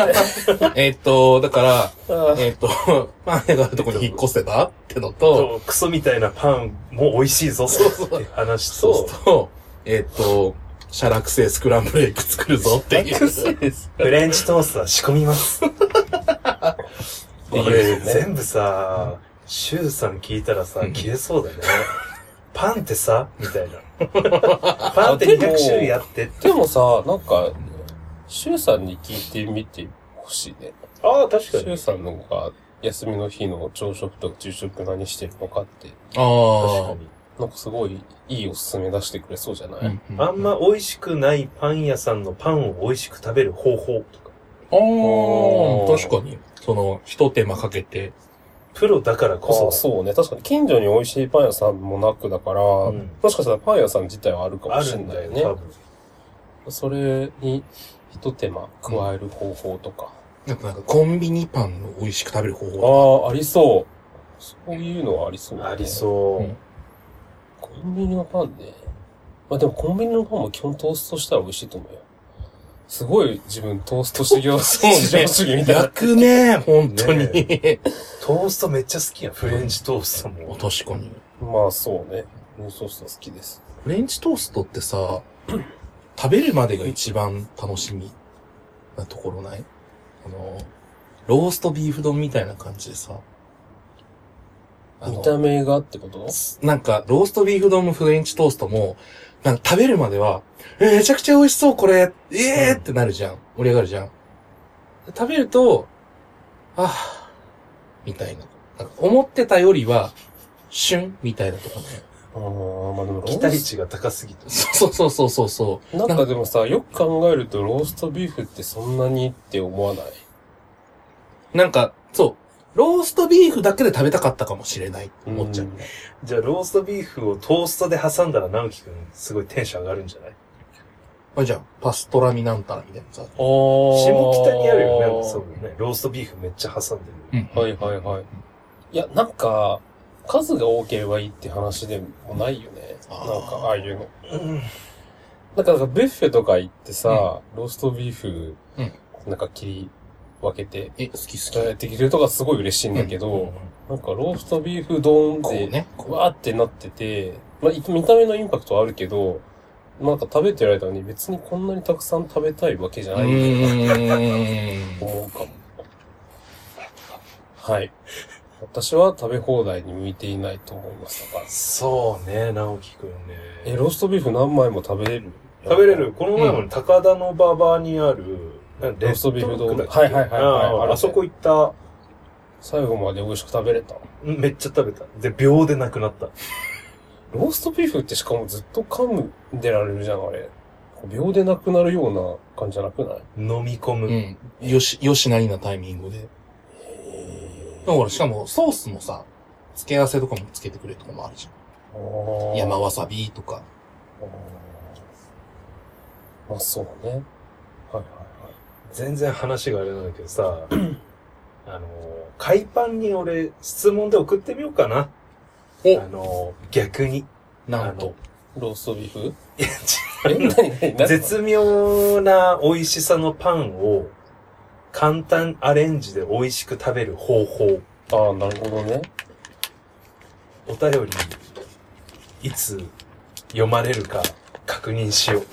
S3: えっと、だから、
S2: あー
S3: えっと、マネがあるとこに引っ越せばってのと、
S1: そうクソみたいなパンも美味しいぞ、そうそう。話
S3: そう
S1: と
S3: す、ると、えっと、シャラクセスクランブルエッグ作るぞっていう。
S2: 癖です。
S1: フレンチトースター仕込みます。
S2: こ
S1: こ
S2: れ
S1: れ
S2: ね
S1: 全部さ、シュウさん聞いたらさ、消えそうだね。パンってさみたい な。パンって200種類あって。
S2: でもさ、なんか、シュウさんに聞いてみてほしいね。
S1: ああ、確
S2: シュウさんの方が休みの日の朝食とか昼食何してるのかって、
S1: 確か
S3: あ
S1: に。
S2: なんかすごいいいおすすめ出してくれそうじゃない、
S3: あ。うんうん
S1: あんま美味しくないパン屋さんのパンを美味しく食べる方法とか。
S3: ああ、確かに。その、一手間かけて。
S1: プロだからこ
S2: あ
S1: そ。
S2: あそうね。確かに近所に美味しいパン屋さんもなくだから、
S1: ん
S2: もしかしたらパン屋さん自体はあるかも
S1: あ
S2: し
S1: る
S2: れ
S1: ん
S2: な
S1: だ
S2: い
S1: よ、
S2: ね
S1: 多。分。
S2: それに一手間加える方法とか。
S3: なんか、なんかコンビニパンを美味しく食べる方法。。
S2: ああ、ありそう。そういうのはありそう、ね。
S1: ありそううん
S2: コンビニのパンね。まあでもコンビニのパンも基本トーストしたら美味しいと思うよ。すごい自分トースト修行
S3: うね
S2: 至上主義みたい な。
S3: 焼くね、本当に。
S1: ねトーストめっちゃ好きやん。フレンチトーストも。
S3: 確かに。
S2: まあそうね。もうソース好きです。
S3: フレンチトーストってさ、食べるまでが一番楽しみなところないあの、ローストビーフ丼みたいな感じでさ。あ
S2: 見
S3: の、
S2: た目がってこと
S3: なんか、ローストビーフ丼もフレンチトーストも、なんか食べるまでは、えーめちゃくちゃ美味しそう、これええー、ってなるじゃん。盛り上がるじゃん。で食べると、あーみたいな。なんか思ってたよりは、シュンみたいなとこね。
S2: ああ、まあでもロ
S1: 期待
S2: ース
S1: 値が高すぎて。
S3: そうそうそうそうそう。
S2: なんかでもさ、よく考えるとローストビーフってそんなにって思わない。
S3: なんか、そう。ローストビーフだけで食べたかったかもしれないって思っちゃう。
S2: うん
S1: じゃあ、ローストビーフをトーストで挟んだら、直樹くん、すごいテンション上がるんじゃない
S3: あじゃあ、パストラミなんたらみたいなさ。
S1: 下
S2: 下
S1: 北にあるよね、そうね。ローストビーフめっちゃ挟んでる。
S3: ん
S2: はいはいはい。いや、なんか、数が多ければいいって話でもないよね。なん
S3: あー
S2: か、ああいうの。
S1: うん
S2: なんか、なんかビュッフェとか行ってさ、ローストビーフ
S3: うん、
S2: なんか切り分けて、
S3: え、好き好
S2: やってくれるとかすごい嬉しいんだけど、なんかローストビーフ丼
S3: き。こう
S2: で、
S3: ね。こ
S2: わーってなってて、まあ、い見た目のインパクトはあるけど、なんか食べてる間に別にこんなにたくさん食べたいわけじゃ
S3: う
S2: ない。
S3: ーん。
S2: 思うかも。はい。私は食べ放題に向いていないと思いますだから。
S1: そうね、直樹くん
S2: え、
S1: ね。
S2: ローストビーフ何枚も食べれる
S1: 食べれる。この前もね高田の馬場にある、なんかレ
S2: ローストビーフ丼
S1: だっけ
S2: はいはいはいはい
S1: あ
S2: あ
S1: あ
S2: るね
S1: あそこ行った。
S2: 最後まで美味しく食べれた。
S1: うんめっちゃ食べた。で、秒でなくなった。
S2: ローストビーフってしかもずっと噛んでられるじゃん、あれ。秒でなくなるような感じじゃなくない
S1: 飲み込む。
S3: うん。よし、よしなりなタイミングで。だからしかもソースもさ、付け合わせとかもつけてくれるとかもあるじゃん。山
S2: は。
S3: わさびとか。
S2: あーまあ、そうね。はいはいはい。
S1: 全然話があれなんだけどさ、あの、海パンに俺、質問で送ってみようかな。
S3: お
S1: あの、逆に。
S3: なんと。
S2: ローストビーフ
S1: いや
S2: え、 何何何
S1: 絶妙な美味しさのパンを簡単アレンジで美味しく食べる方法。
S2: ああ、なるほどね。
S1: お便り、いつ読まれるか確認しよう。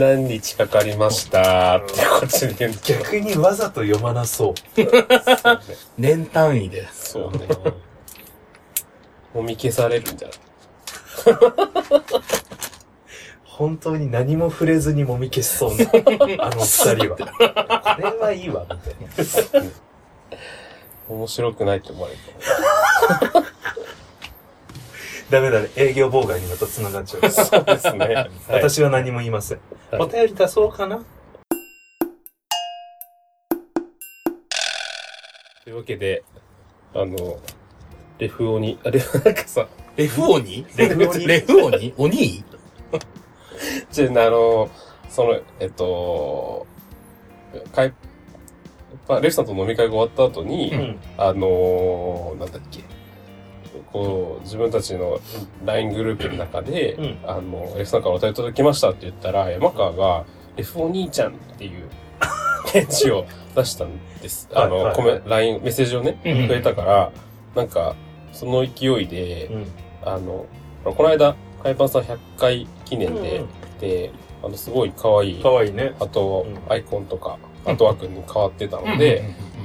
S2: 何日かかりましたってこっちで言うけど。
S1: 逆にわざと読まなそう。
S3: 年単位で。
S2: そうね。もみ消されるんじゃない
S1: 本当に何も触れずにもみ消しそうな、 あの二人は。これはいいわ、みたいな。
S2: 面白くないって思われるかも
S1: ダメだね。営業妨害にまた繋がっちゃう。
S2: そうですね。 はい、
S1: 私は何も言いません。
S2: はい
S1: お便り出そうかな
S2: というわけで、あの、レフオに、あレフ、 なんかさ、
S3: レフオニ
S1: レフ鬼
S3: レフオニオニ
S2: じゃあ、あの、その、えっと、かい、まあレフさんと飲み会が終わった後に、
S1: ん。
S2: あのー、なんだっけ。こう、自分たちの LINE グループの中で、
S1: うん
S2: あの、F さんからお便り届きましたって言ったら、山川が、F お兄ちゃんっていう返事を出したんです。あ
S1: はいは
S2: の、
S1: い
S2: コメ、LINE、メッセージをね、
S3: うん
S2: くれたから、なんか、その勢いで、
S1: うん。
S2: あの、この間、海パンさん100回記念で、
S1: うん
S2: で、あの、すごい可愛い、
S1: かわいいね。
S2: あと、
S1: うん
S2: アイコンとか、アートワークに変わってたので、、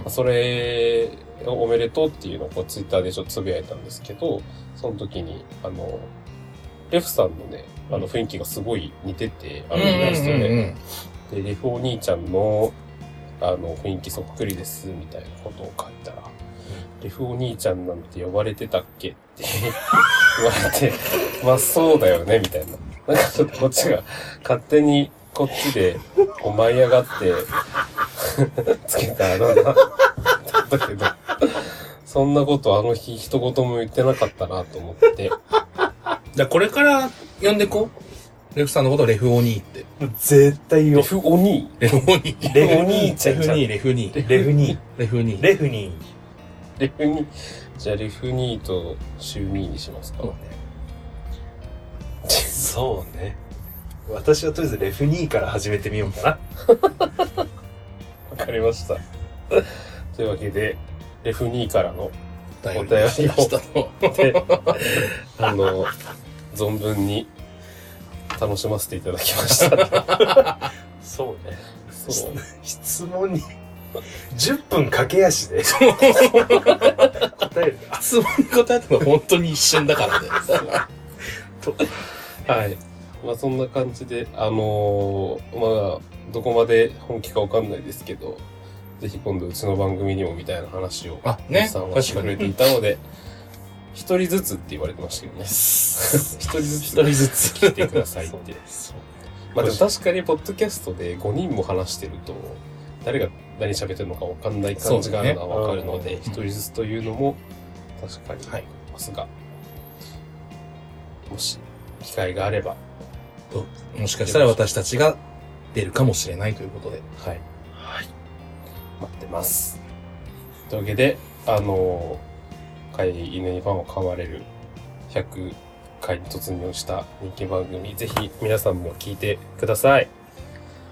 S2: それをおめでとうっていうのをこうツイッターでちょっとつぶやいたんですけど、その時に、あの、レフさんのね、あの雰囲気がすごい似てて、あ
S3: うん
S2: の、イラスト
S3: うんうんう
S2: で、
S3: ん
S2: で、レフお兄ちゃんの、あの、雰囲気そっくりです、みたいなことを書いたら、レフお兄ちゃんなんて呼ばれてたっけって 言われて、まあそうだよね、みたいな。なんかちょっとこっちが勝手にこっちでこう舞い上がって つけたあだ名だったけど、そんなことあの日一言も言ってなかったなと思って、
S3: じゃあこれから呼んでこう。レフさんのことをレフオニって。
S1: 絶対
S2: レ
S1: よ。
S2: フお兄
S3: レフオニ
S1: レフ
S2: お兄
S1: ニ
S2: ちゃ
S3: レ
S2: ん
S3: フ
S2: じゃん
S3: ニレフニ
S1: レフニ
S3: レフニ
S1: レフニ
S2: レフニ じゃあレフニーとシューミーにしますか。
S3: そう
S1: そうね。私はとりあえずレフニーから始めてみようか
S2: わかりました。 というわけで、レフニーから の
S3: お
S2: 便
S3: 便
S2: り
S3: りをしたと。
S2: であの、存分に楽しませていただきま した。
S1: な。そうね。
S2: そう。
S1: 質問に。10分駆け足で。答える。あ
S3: 質問に答えたのは本当に一瞬だからね。
S2: はい。まあそんな感じで、あのーまあ、どこまで本気かわかんないですけど、ぜひ今度うちの番組にもみたいな話を、
S3: あ、ね。
S2: さんはし
S3: 確
S2: て
S3: か
S2: く
S3: に。
S2: れていたので、一人ずつって言われてましたけどね。一人ず
S3: 一人
S2: つ
S3: ずつ。
S2: 来てくださいって。
S1: そう
S2: まあでも確かに、ポッドキャストで5人も話してると、誰が何喋ってるのかわかんない感じがあるのはわかるので、一、
S3: そうですね
S2: 人ずつというのも確かに
S3: はい
S2: ますが、もし機会があれば、
S3: もしかしたら私たちが出るかもしれないということで。
S2: はい。待ってます。というわけで、あのー、飼い犬にファンを飼われる100回に突入した人気番組、ぜひ皆さんも聞いてください。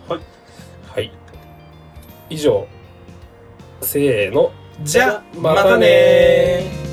S1: はい。
S2: はい。以上、せーの、
S3: じゃあ、ま
S2: ま
S3: た
S2: た
S3: ね
S2: ね
S3: ー